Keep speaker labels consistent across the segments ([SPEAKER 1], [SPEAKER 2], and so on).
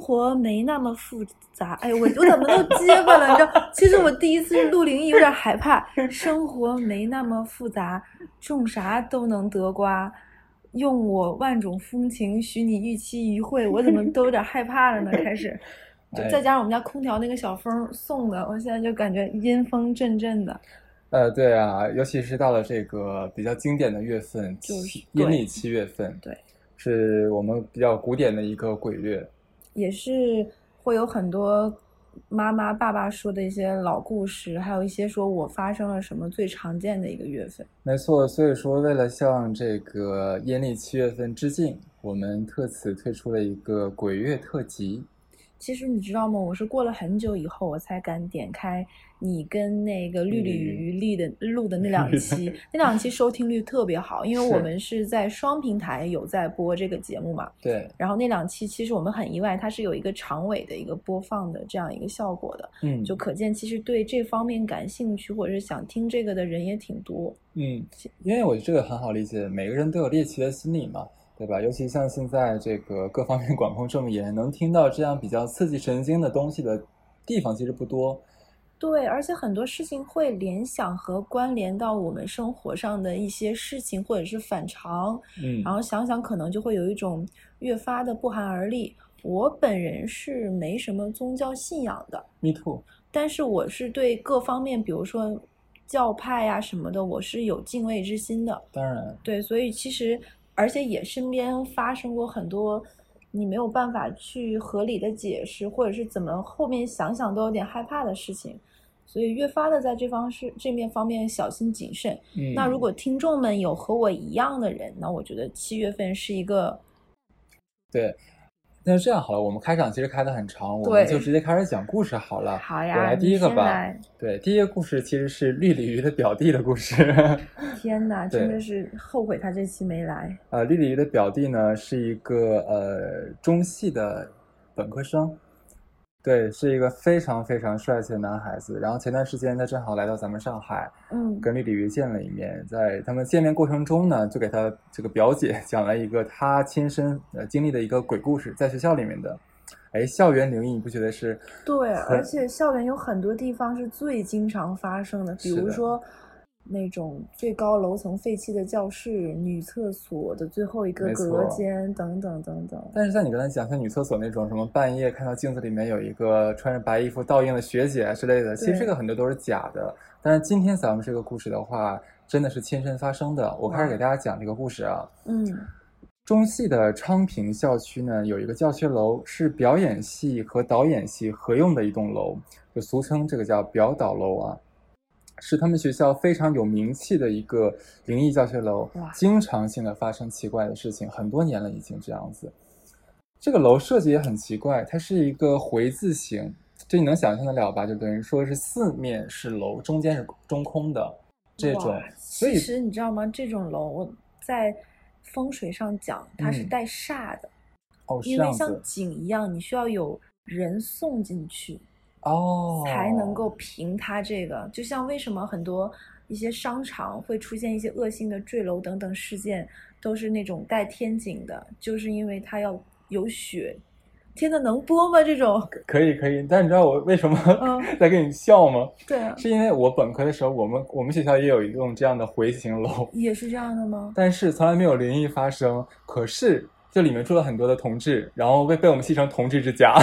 [SPEAKER 1] 活没那么复杂。哎，我我怎么都结巴了？你知道，其实我第一次录灵异有点害怕。生活没那么复杂，种啥都能得瓜。用我万种风情，许你预期一会，我怎么都有点害怕了呢？开始，就
[SPEAKER 2] 哎
[SPEAKER 1] 再加上我们家空调那个小风送的，我现在就感觉阴风阵阵的。
[SPEAKER 2] 呃，对啊，尤其是到了这个比较经典的月份，
[SPEAKER 1] 就是
[SPEAKER 2] 七
[SPEAKER 1] 对
[SPEAKER 2] 阴历七月份，
[SPEAKER 1] 对，
[SPEAKER 2] 是我们比较古典的一个鬼月。
[SPEAKER 1] 也是会有很多妈妈、爸爸说的一些老故事，还有一些说我发生了什么最常见的一个月份。
[SPEAKER 2] 没错，所以说为了向这个阴历七月份致敬，我们特此推出了一个鬼月特辑。
[SPEAKER 1] 其实你知道吗？我是过了很久以后，我才敢点开你跟那个绿鲤鱼立的录的那两 期，那两期收听率特别好，因为
[SPEAKER 2] 是
[SPEAKER 1] 我们是在双平台有在播这个节目嘛。
[SPEAKER 2] 对，
[SPEAKER 1] 然后那两期其实我们很意外，它是有一个长尾的一个播放的这样一个效果的，
[SPEAKER 2] 嗯，
[SPEAKER 1] 就可见其实对这方面感兴趣或者是想听这个的人也挺多。
[SPEAKER 2] 嗯，因为我觉得这个很好理解，每个人都有猎奇的心理嘛，对吧？尤其像现在这个各方面 管控这么严，能听到这样比较刺激神经的东西的地方其实不多。
[SPEAKER 1] 对，而且很多事情会联想和关联到我们生活上的一些事情，或者是反常，
[SPEAKER 2] 嗯，
[SPEAKER 1] 然后想想可能就会有一种越发的不寒而栗。我本人是没什么宗教信仰的，
[SPEAKER 2] me too。
[SPEAKER 1] 但是我是对各方面，比如说教派啊什么的，我是有敬畏之心的。
[SPEAKER 2] 当然，
[SPEAKER 1] 对，所以其实而且也身边发生过很多你没有办法去合理的解释，或者是怎么后面想想都有点害怕的事情，所以越发的在这方是这面方面小心谨慎。
[SPEAKER 2] 嗯，
[SPEAKER 1] 那如果听众们有和我一样的人，那我觉得七月份是一个
[SPEAKER 2] 对，那这样好了，我们开场其实开得很长，我
[SPEAKER 1] 对
[SPEAKER 2] 们就直接开始讲故事好了。
[SPEAKER 1] 好
[SPEAKER 2] 啊我
[SPEAKER 1] 呀，
[SPEAKER 2] 来
[SPEAKER 1] 你
[SPEAKER 2] 第一个
[SPEAKER 1] 先
[SPEAKER 2] 吧。
[SPEAKER 1] 来。
[SPEAKER 2] 对，第一个故事其实是绿鲤鱼的表弟的故事。
[SPEAKER 1] 天哪，真
[SPEAKER 2] 对
[SPEAKER 1] 的是后悔他这期没来。
[SPEAKER 2] 呃，绿鲤鱼的表弟呢是一个呃中戏的本科生，对，是一个非常非常帅气的男孩子。然后前段时间他正好来到咱们上海，
[SPEAKER 1] 嗯，
[SPEAKER 2] 跟绿鲤鱼见了一面。在他们见面过程中呢，就给他这个表姐 讲了一个他亲身呃经历的一个鬼故事，在学校里面的。哎，校园灵异你不觉得是？
[SPEAKER 1] 对，而
[SPEAKER 2] 很
[SPEAKER 1] 且校园有很多地方是最经常发生的，比
[SPEAKER 2] 是
[SPEAKER 1] 如
[SPEAKER 2] 的
[SPEAKER 1] 说那种最高楼层废弃的教室、女厕所的最后一个
[SPEAKER 2] 没
[SPEAKER 1] 隔
[SPEAKER 2] 错
[SPEAKER 1] 间等等等等。
[SPEAKER 2] 但是像你刚才讲，像女厕所那种什么半夜看到镜子里面有一个穿着白衣服倒映的学姐啊之类的，其实
[SPEAKER 1] 对
[SPEAKER 2] 这个很多都是假的。但是今天咱们这个故事的话，真的是亲身发生的。我开始
[SPEAKER 1] 哇
[SPEAKER 2] 给大家讲这个故事啊。
[SPEAKER 1] 嗯
[SPEAKER 2] 中戏的昌平校区呢，有一个教学楼，是表演系和导演系合用的一栋楼，就俗称这个叫表导楼啊，是他们学校非常有名气的一个灵异教学楼
[SPEAKER 1] 哇，
[SPEAKER 2] 经常性的发生奇怪的事情，很多年了已经这样子。这个楼设计也很奇怪，它是一个回字形，这你能想象得了吧？就等于说是四面是楼，中间是中空的这
[SPEAKER 1] 哇
[SPEAKER 2] 种，所
[SPEAKER 1] 其
[SPEAKER 2] 以
[SPEAKER 1] 实你知道吗？这种楼我在风水上讲，它是
[SPEAKER 2] 嗯
[SPEAKER 1] 带煞的，
[SPEAKER 2] 哦是
[SPEAKER 1] 因
[SPEAKER 2] 这
[SPEAKER 1] 为
[SPEAKER 2] 样
[SPEAKER 1] 像
[SPEAKER 2] 子
[SPEAKER 1] 井一样，你需要有人送进去，
[SPEAKER 2] 哦，
[SPEAKER 1] 才能够平它这个。就像为什么很多一些商场会出现一些恶性的坠楼等等事件，都是那种带天井的，就是因为它要有血。天呐，能播吗？这种？
[SPEAKER 2] 可以可以，但你知道我为什么
[SPEAKER 1] 嗯
[SPEAKER 2] 在跟你笑吗？
[SPEAKER 1] 对啊，
[SPEAKER 2] 是因为我本科的时候，我们我们学校也有一栋这样的回形楼，
[SPEAKER 1] 也是这样的吗？
[SPEAKER 2] 但是从来没有灵异发生。可是这里面住了很多的同志，然后被被我们戏称“同志之家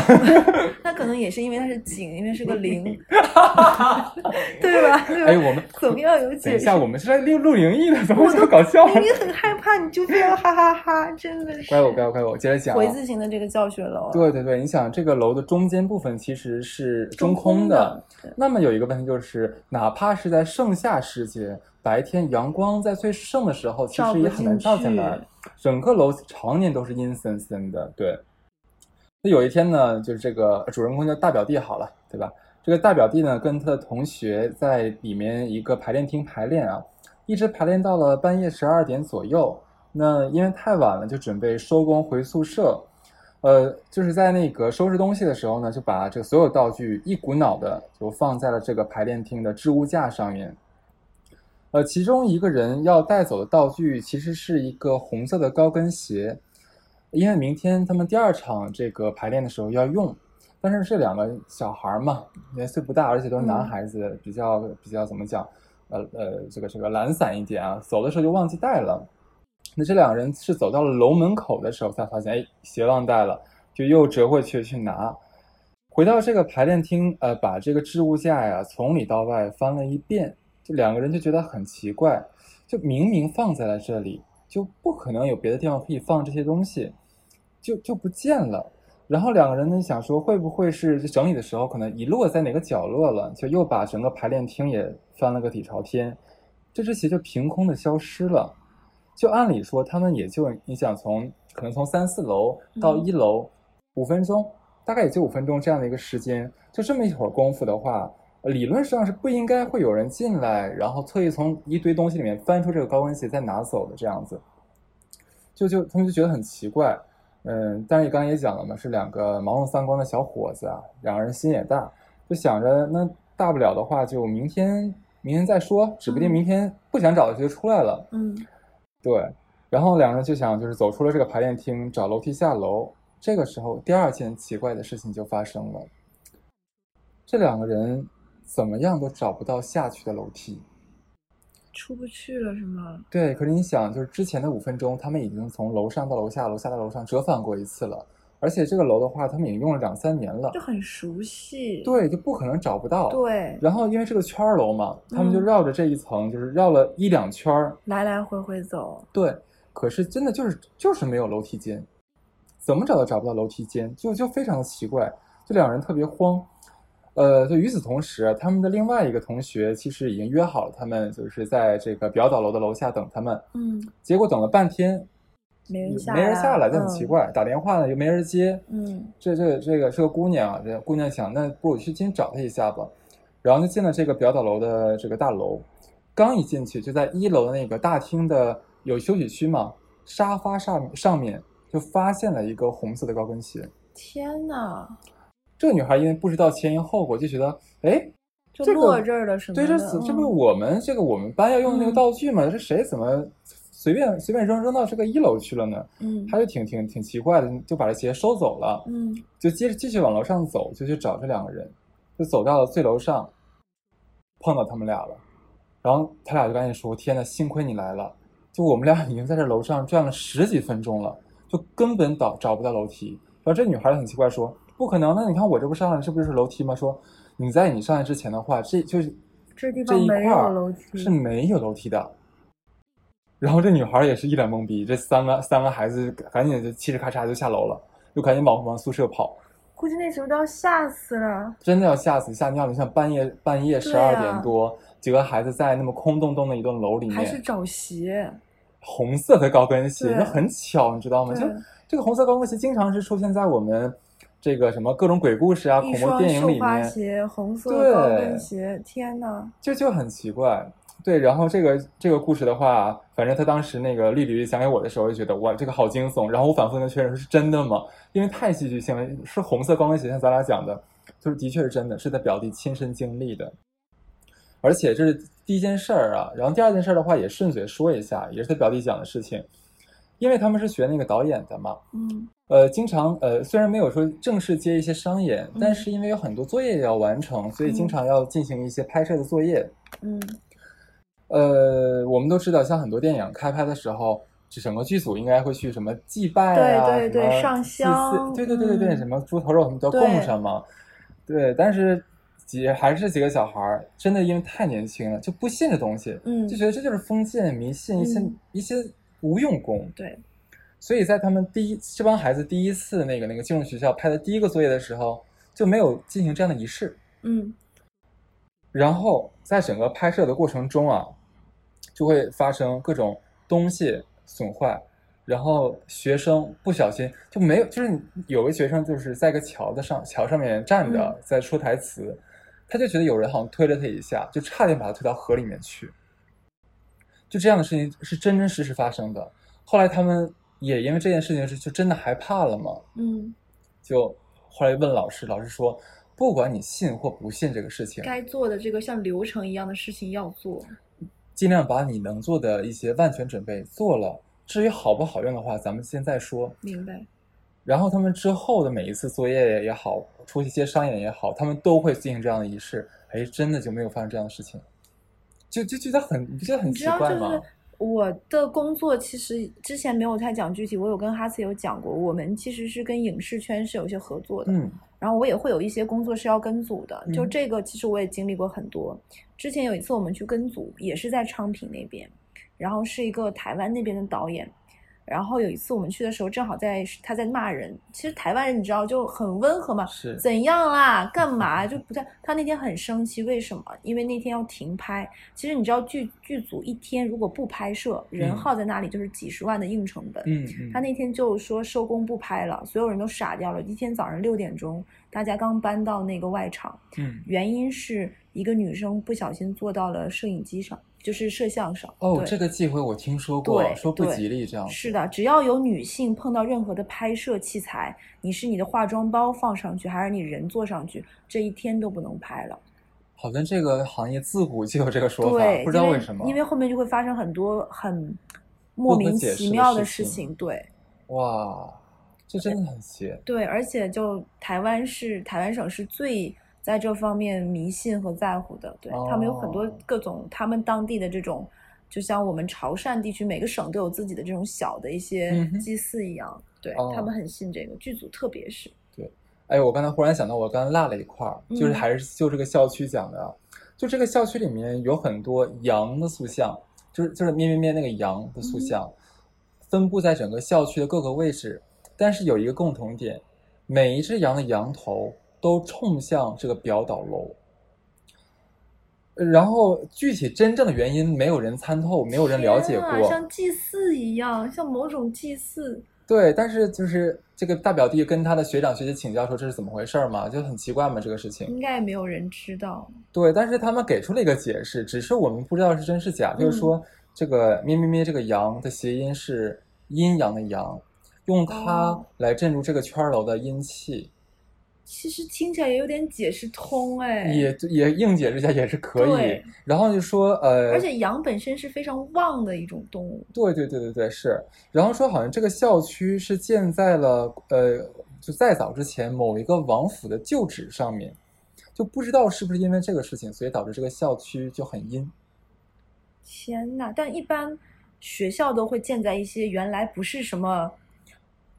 [SPEAKER 1] 那可能也是因为它是井，因为是个 零，对吧？”。对吧？
[SPEAKER 2] 哎，我们
[SPEAKER 1] 总要有
[SPEAKER 2] 等一
[SPEAKER 1] 解释。
[SPEAKER 2] 下，我们是来录录灵异的，怎么
[SPEAKER 1] 我
[SPEAKER 2] 这
[SPEAKER 1] 都
[SPEAKER 2] 么搞笑？
[SPEAKER 1] 明明很害怕，你就非要哈哈哈真的是。
[SPEAKER 2] 怪我怪我怪我，接着讲啊。
[SPEAKER 1] 回字形的这个教学楼啊，
[SPEAKER 2] 对对对，你想这个楼的中间部分其实是中空的，
[SPEAKER 1] 的，对
[SPEAKER 2] 那么有一个问题就是，哪怕是在盛夏时节，白天阳光在最盛的时候，其
[SPEAKER 1] 照
[SPEAKER 2] 实
[SPEAKER 1] 不
[SPEAKER 2] 也很难
[SPEAKER 1] 进
[SPEAKER 2] 照进来
[SPEAKER 1] 去。
[SPEAKER 2] 整个楼常年都是阴森森的。对，那有一天呢，就是这个主人公叫大表弟好了，对吧？这个大表弟呢，跟他的同学在里面一个排练厅排练啊，一直排练到了半夜十二点左右。那因为太晚了，就准备收工回宿舍。呃，就是在那个收拾东西的时候呢，就把这个所有道具一股脑的就放在了这个排练厅的置物架上面。呃，其中一个人要带走的道具其实是一个红色的高跟鞋，因为明天他们第二场这个排练的时候要用，但是这两个小孩儿嘛，年岁不大，而且都是男孩子，比较比较怎么讲，呃呃，这个这个懒散一点啊，走的时候就忘记带了。那这两个人是走到了楼门口的时候才发现，哎，鞋忘带了，就又折回去去拿。回到这个排练厅，呃，把这个置物架呀从里到外翻了一遍，这两个人就觉得很奇怪，就明明放在了这里，就不可能有别的地方可以放这些东西，就就不见了。然后两个人呢想说，会不会是整理的时候可能遗落在哪个角落了，就又把整个排练厅也翻了个底朝天，这只鞋就凭空的消失了。就按理说，他们也就你想从可能从三四楼到一楼五、分钟，大概也就五分钟这样的一个时间，就这么一会儿功夫的话，呃理论上是不应该会有人进来，然后特意从一堆东西里面翻出这个高跟鞋再拿走的这样子。就就他们就觉得很奇怪，嗯，但是刚才也讲了嘛，是两个盲目三光的小伙子啊，两个人心也大，就想着那大不了的话就明天明天再说，指不定
[SPEAKER 1] 嗯
[SPEAKER 2] 明天不想找的就出来了。
[SPEAKER 1] 嗯
[SPEAKER 2] 对，然后两人就想就是走出了这个排练厅，找楼梯下楼。这个时候，第二件奇怪的事情就发生了，这两个人怎么样都找不到下去的楼梯。
[SPEAKER 1] 出不去了是吗？
[SPEAKER 2] 对，可是你想，就是之前的五分钟，他们已经从楼上到楼下，楼下到楼上折返过一次了，而且这个楼的话，他们已经用了两三年了
[SPEAKER 1] 就，很熟悉。
[SPEAKER 2] 对，就不可能找不到。
[SPEAKER 1] 对，
[SPEAKER 2] 然后因为是个圈儿楼嘛，他们就
[SPEAKER 1] 嗯
[SPEAKER 2] 绕着这一层，就是绕了一两圈儿，
[SPEAKER 1] 来来回回走，
[SPEAKER 2] 对，可是真的就是就是没有楼梯间，怎么找都找不到楼梯间，就就非常的奇怪，这两人特别慌。呃，就与此同时啊，他们的另外一个同学其实已经约好了，他们就是在这个表导楼的楼下等他们，
[SPEAKER 1] 嗯，
[SPEAKER 2] 结果等了半天，
[SPEAKER 1] 没人下来，
[SPEAKER 2] 没人下来，就
[SPEAKER 1] 嗯
[SPEAKER 2] 很奇。怪，打电话呢又没人接，
[SPEAKER 1] 嗯
[SPEAKER 2] 这这这个是个姑娘啊，这姑娘想，那不如我去进去找她一下吧。然后就进了这个表导楼的这个大楼，刚一进去就在一楼的那个大厅的有休息区嘛，沙发上上面就发现了一个红色的高跟鞋。
[SPEAKER 1] 天哪，
[SPEAKER 2] 这个女孩因为不知道前因后果，就觉得，哎，
[SPEAKER 1] 就
[SPEAKER 2] 这个
[SPEAKER 1] 落这儿了什么
[SPEAKER 2] 对，
[SPEAKER 1] 的？
[SPEAKER 2] 这死这不是
[SPEAKER 1] 嗯
[SPEAKER 2] 我们这个我们班要用的那个
[SPEAKER 1] 嗯
[SPEAKER 2] 道具吗？这谁怎么随便随便扔扔到这个一楼去了呢？
[SPEAKER 1] 嗯
[SPEAKER 2] 她就挺挺挺奇怪的，就把这鞋收走了。
[SPEAKER 1] 嗯
[SPEAKER 2] 就接着继续往楼上走，就去找这两个人，就走到了最楼上，碰到他们俩了。然后他俩就赶紧说：“天呐，幸亏你来了！就我们俩已经在这楼上转了十几分钟了，就根本找找不到楼梯。”然后这女孩很奇怪说：“不可能！那你看我这不上来，这不就是楼梯吗？”说：“你在你上来之前的话，这就是
[SPEAKER 1] 这地
[SPEAKER 2] 这
[SPEAKER 1] 方
[SPEAKER 2] 一
[SPEAKER 1] 没
[SPEAKER 2] 块
[SPEAKER 1] 有
[SPEAKER 2] 儿
[SPEAKER 1] 楼梯，
[SPEAKER 2] 是没有楼梯的。”然后这女孩也是一脸懵逼，这三个三个孩子赶紧就嘁哧咔嚓就下楼了，就赶紧往往宿舍跑。
[SPEAKER 1] 估计那时候都要吓死了。
[SPEAKER 2] 真的要吓死吓尿了！你像半夜半夜十
[SPEAKER 1] 对
[SPEAKER 2] 二
[SPEAKER 1] 啊
[SPEAKER 2] 点多，几个孩子在那么空洞洞的一栋楼里
[SPEAKER 1] 还是
[SPEAKER 2] 面，
[SPEAKER 1] 找鞋，
[SPEAKER 2] 红色的高跟鞋，
[SPEAKER 1] 对
[SPEAKER 2] 那很巧，你知道吗？
[SPEAKER 1] 对
[SPEAKER 2] 就这个红色高跟鞋经常是出现在我们这个什么各种鬼故事啊、恐
[SPEAKER 1] 一
[SPEAKER 2] 怖
[SPEAKER 1] 双
[SPEAKER 2] 电影
[SPEAKER 1] 绣
[SPEAKER 2] 里
[SPEAKER 1] 花
[SPEAKER 2] 面，
[SPEAKER 1] 鞋，红色
[SPEAKER 2] 对
[SPEAKER 1] 高跟鞋，天哪！
[SPEAKER 2] 就就很奇怪。对，然后这个这个故事的话，反正他当时那个丽丽讲给我的时候，就觉得哇，这个好惊悚。然后我反复跟确认说是真的吗？因为太戏剧性了，是红色高跟鞋，像咱俩讲的，就是的确是真的，是他表弟亲身经历的。而且这是第一件事儿啊，然后第二件事儿的话也顺嘴说一下，也是他表弟讲的事情，因为他们是学那个导演的嘛，
[SPEAKER 1] 嗯
[SPEAKER 2] 呃，经常呃，虽然没有说正式接一些商演，
[SPEAKER 1] 嗯
[SPEAKER 2] 但是因为有很多作业要完成，所以
[SPEAKER 1] 嗯
[SPEAKER 2] 经常要进行一些拍摄的作业。
[SPEAKER 1] 嗯
[SPEAKER 2] 呃，我们都知道，像很多电影开拍的时候，这整个剧组应该会去什么祭拜啊，
[SPEAKER 1] 对对对
[SPEAKER 2] 什么
[SPEAKER 1] 上
[SPEAKER 2] 祭祀
[SPEAKER 1] 香
[SPEAKER 2] 对对对对对，
[SPEAKER 1] 嗯
[SPEAKER 2] 什么猪头肉什么都要供上嘛。对，但是几还是几个小孩儿，真的因为太年轻了，就不信这东西，
[SPEAKER 1] 嗯
[SPEAKER 2] 就，觉得这就是封建迷信，一些、
[SPEAKER 1] 嗯
[SPEAKER 2] 一些无用功。
[SPEAKER 1] 对，
[SPEAKER 2] 所以在他们第一这帮孩子第一次那个那个进入学校拍的第一个作业的时候，就没有进行这样的仪式。
[SPEAKER 1] 嗯
[SPEAKER 2] 然后在整个拍摄的过程中啊，就会发生各种东西损坏，然后学生不小心就没有，就是有个学生就是在一个桥的上桥上面站着
[SPEAKER 1] 嗯
[SPEAKER 2] 在说台词，他就觉得有人好像推了他一下，就差点把他推到河里面去。就这样的事情是真真实实发生的。后来他们也因为这件事情是就真的害怕了嘛，
[SPEAKER 1] 嗯，
[SPEAKER 2] 就后来问老师，老师说不管你信或不信这个事情，
[SPEAKER 1] 该做的这个像流程一样的事情要做。
[SPEAKER 2] 尽量把你能做的一些万全准备做了，至于好不好用的话，咱们现在说。
[SPEAKER 1] 明白。
[SPEAKER 2] 然后他们之后的每一次作业也好，出去接商演也好，他们都会进行这样的仪式。哎，真的就没有发生这样的事情，就就觉得很，你不觉得很
[SPEAKER 1] 你
[SPEAKER 2] 奇
[SPEAKER 1] 知道，
[SPEAKER 2] 怪
[SPEAKER 1] 就
[SPEAKER 2] 吗？
[SPEAKER 1] 是我的工作其实之前没有太讲具体，我有跟哈斯有讲过，我们其实是跟影视圈是有一些合作的，
[SPEAKER 2] 嗯
[SPEAKER 1] 然后我也会有一些工作是要跟组的，就
[SPEAKER 2] 嗯
[SPEAKER 1] 这个其实我也经历过很多。之前有一次我们去跟组，也是在昌平那边，然后是一个台湾那边的导演。然后有一次我们去的时候，正好在他在骂人。其实台湾人你知道就很温和嘛，
[SPEAKER 2] 是
[SPEAKER 1] 怎样啦，干嘛就不太。他那天很生气，为什么？因为那天要停拍。其实你知道剧剧组一天如果不拍摄，人
[SPEAKER 2] 嗯
[SPEAKER 1] 耗在那里就是几十万的硬成本。
[SPEAKER 2] 嗯嗯，
[SPEAKER 1] 他那天就说收工不拍了，所有人都傻掉了。一天早上六点钟，大家刚搬到那个外场，
[SPEAKER 2] 嗯
[SPEAKER 1] 原因是一个女生不小心坐到了摄影机上，就是摄像上。
[SPEAKER 2] 哦，
[SPEAKER 1] 对
[SPEAKER 2] 这个忌讳我听说过
[SPEAKER 1] 对，
[SPEAKER 2] 说不
[SPEAKER 1] 对
[SPEAKER 2] 吉利这样子。
[SPEAKER 1] 是的，只要有女性碰到任何的拍摄器材，你是你的化妆包放上去，还是你人坐上去，这一天都不能拍了。
[SPEAKER 2] 好像这个行业自古就有这个说法，
[SPEAKER 1] 对，
[SPEAKER 2] 不知道
[SPEAKER 1] 因
[SPEAKER 2] 为什么。
[SPEAKER 1] 因为后面就会发生很多很莫
[SPEAKER 2] 不可
[SPEAKER 1] 名
[SPEAKER 2] 解
[SPEAKER 1] 其
[SPEAKER 2] 释的
[SPEAKER 1] 妙
[SPEAKER 2] 事
[SPEAKER 1] 的事
[SPEAKER 2] 情
[SPEAKER 1] 情。对，
[SPEAKER 2] 哇，这真的很邪。
[SPEAKER 1] 对，而且就台湾是台湾省是最在这方面迷信和在乎的，对，他们有很多
[SPEAKER 2] 哦
[SPEAKER 1] 各种他们当地的这种，就像我们潮汕地区每个省都有自己的这种小的一些
[SPEAKER 2] 嗯哼
[SPEAKER 1] 祭祀一样，对他
[SPEAKER 2] 哦
[SPEAKER 1] 们很信这个，剧组特别是，
[SPEAKER 2] 哎，我刚才忽然想到，我刚才落了一块儿，就
[SPEAKER 1] 嗯
[SPEAKER 2] 是还是就这个校区讲的啊，就这个校区里面有很多羊的塑像，就是就是咩咩咩那个羊的
[SPEAKER 1] 嗯
[SPEAKER 2] 塑像，分布在整个校区的各个位置，但是有一个共同点，每一只羊的羊头都冲向这个表导楼。呃然后具体真正的原因，没有人参透，没有人了解
[SPEAKER 1] 天
[SPEAKER 2] 过。
[SPEAKER 1] 啊像祭祀一样，像某种祭祀，
[SPEAKER 2] 对，但是就是这个大表弟跟他的学长学姐请教说这是怎么回事儿嘛，就很奇怪嘛这个事情。
[SPEAKER 1] 应该也没有人知道，
[SPEAKER 2] 对，但是他们给出了一个解释，只是我们不知道是真是假。
[SPEAKER 1] 嗯
[SPEAKER 2] 就是说这个咩咩咩这个羊的谐音是阴阳的阳，用它
[SPEAKER 1] 哦
[SPEAKER 2] 来镇住这个圈儿楼的阴气，
[SPEAKER 1] 其实听起来也有点解释通哎，
[SPEAKER 2] 也也硬解释一下也是可以
[SPEAKER 1] 对。
[SPEAKER 2] 然后就说呃，
[SPEAKER 1] 而且羊本身是非常旺的一种动物，
[SPEAKER 2] 对对对对对，是。然后说好像这个校区是建在了呃，就再早之前某一个王府的旧址上面，就不知道是不是因为这个事情，所以导致这个校区就很阴。
[SPEAKER 1] 天呐，但一般学校都会建在一些原来不是什么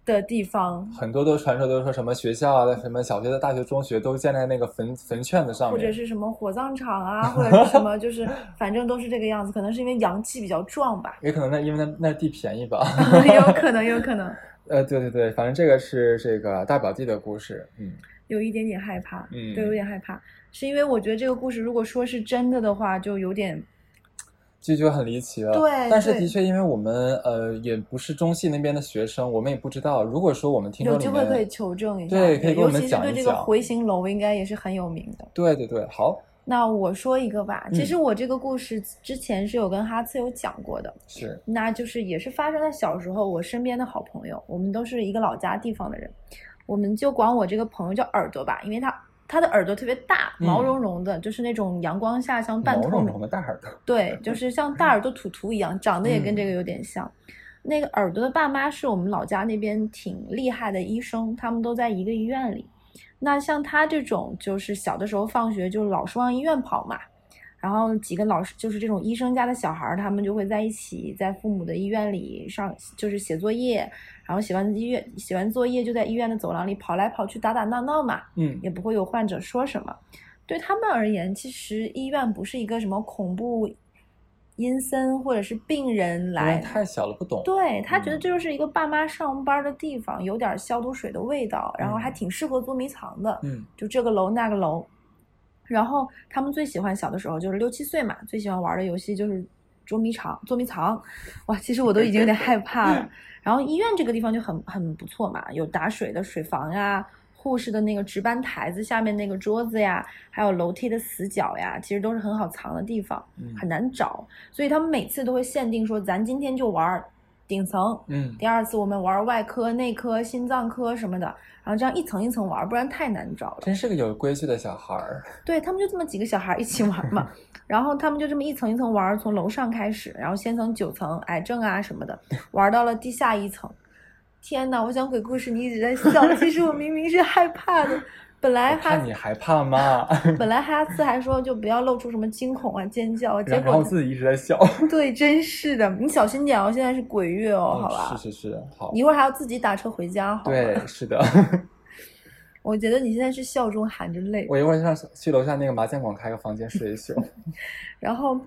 [SPEAKER 1] 的地方，
[SPEAKER 2] 很多都传说都说什么学校啊，什么小学的、大学、中学都建在那个坟坟圈子上
[SPEAKER 1] 或者
[SPEAKER 2] 面。，
[SPEAKER 1] 是什么火葬场啊，或者是什么，就是反正都是这个样子。可能是因为阳气比较壮吧
[SPEAKER 2] 也可能那因为那那地便宜吧，
[SPEAKER 1] 有可能，有可能
[SPEAKER 2] 呃，对对对，反正这个是这个大表弟的故事，嗯
[SPEAKER 1] 有一点点害怕，
[SPEAKER 2] 嗯，
[SPEAKER 1] 对，有点害怕，是因为我觉得这个故事如果说是真的的话，就有点
[SPEAKER 2] 这就很离奇了。
[SPEAKER 1] 对
[SPEAKER 2] 但是
[SPEAKER 1] 对
[SPEAKER 2] 的确，因为我们呃也不是中戏那边的学生，我们也不知道。如果说我们听
[SPEAKER 1] 有
[SPEAKER 2] 众里
[SPEAKER 1] 机
[SPEAKER 2] 面，
[SPEAKER 1] 会可以求证一下，
[SPEAKER 2] 对可以给我
[SPEAKER 1] 尤
[SPEAKER 2] 们
[SPEAKER 1] 其是
[SPEAKER 2] 讲
[SPEAKER 1] 对
[SPEAKER 2] 一
[SPEAKER 1] 这个
[SPEAKER 2] 讲
[SPEAKER 1] 回形楼应该也是很有名的。
[SPEAKER 2] 对对对，好，
[SPEAKER 1] 那我说一个吧，其
[SPEAKER 2] 嗯
[SPEAKER 1] 实我这个故事之前是有跟哈次有讲过的，
[SPEAKER 2] 是
[SPEAKER 1] 那就是也是发生在小时候，我身边的好朋友，我们都是一个老家地方的人，我们就管我这个朋友叫耳朵吧，因为他他的耳朵特别大，
[SPEAKER 2] 嗯
[SPEAKER 1] 毛茸茸的，就是那种阳光下像半
[SPEAKER 2] 毛
[SPEAKER 1] 透
[SPEAKER 2] 茸
[SPEAKER 1] 明
[SPEAKER 2] 茸，的大耳朵，
[SPEAKER 1] 对，就是像大耳朵图图一样，长得也跟这个有点像。那个耳朵的爸妈是我们老家那边挺厉害的医生，他们都在一个医院里。那像他这种，就是小的时候放学就老是往医院跑嘛，然后几个老师就是这种医生家的小孩儿，他们就会在一起在父母的医院里上，就是写作业，然后写完医院写完作业就在医院的走廊里跑来跑去打打闹闹嘛。
[SPEAKER 2] 嗯
[SPEAKER 1] 也不会有患者说什么。对他们而言，其实医院不是一个什么恐怖阴森或者是病人
[SPEAKER 2] 因为
[SPEAKER 1] 来，
[SPEAKER 2] 太小了不 懂，
[SPEAKER 1] 对他觉得
[SPEAKER 2] 嗯
[SPEAKER 1] 这就是一个爸妈上班的地方，有点消毒水的味道，然后还
[SPEAKER 2] 嗯
[SPEAKER 1] 挺适合捉迷藏的。
[SPEAKER 2] 嗯
[SPEAKER 1] 就这个楼那个楼。然后他们最喜欢小的时候就是六七岁嘛，最喜欢玩的游戏就是捉迷藏、捉迷藏。哇，其实我都已经有点害怕了。然后医院这个地方就很很不错嘛，有打水的水房呀，护士的那个值班台子下面那个桌子呀，还有楼梯的死角呀，其实都是很好藏的地方，
[SPEAKER 2] 嗯
[SPEAKER 1] 很难找。所以他们每次都会限定说，咱今天就玩儿顶层，
[SPEAKER 2] 嗯
[SPEAKER 1] 第二次我们玩外科、内科、心脏科什么的，然后这样一层一层玩，不然太难找了。
[SPEAKER 2] 真是个有规矩的小孩儿。
[SPEAKER 1] 对他们就这么几个小孩儿一起玩 嘛，然后他们就这么一层一层玩儿，从楼上开始，然后先从九层癌症啊什么的玩到了地下一层。天呐，我讲鬼故事，你一直在笑，其实我明明是害怕的。本来
[SPEAKER 2] 我
[SPEAKER 1] 哈
[SPEAKER 2] 看你害怕吗？
[SPEAKER 1] 本来哈斯还说就不要露出什么惊恐啊、尖叫啊， 结
[SPEAKER 2] 然后
[SPEAKER 1] 果
[SPEAKER 2] 自己一直在笑。
[SPEAKER 1] 对，真是的，你小心点哦，现在是鬼月哦，好吧？
[SPEAKER 2] 嗯是是是，好
[SPEAKER 1] 你。一会儿还要自己打车回家，好吧？
[SPEAKER 2] 对，是 的，
[SPEAKER 1] 我觉得你现在是笑中含着泪。
[SPEAKER 2] 我一会儿上去楼下那个麻将馆开个房间 睡一宿。
[SPEAKER 1] 然后，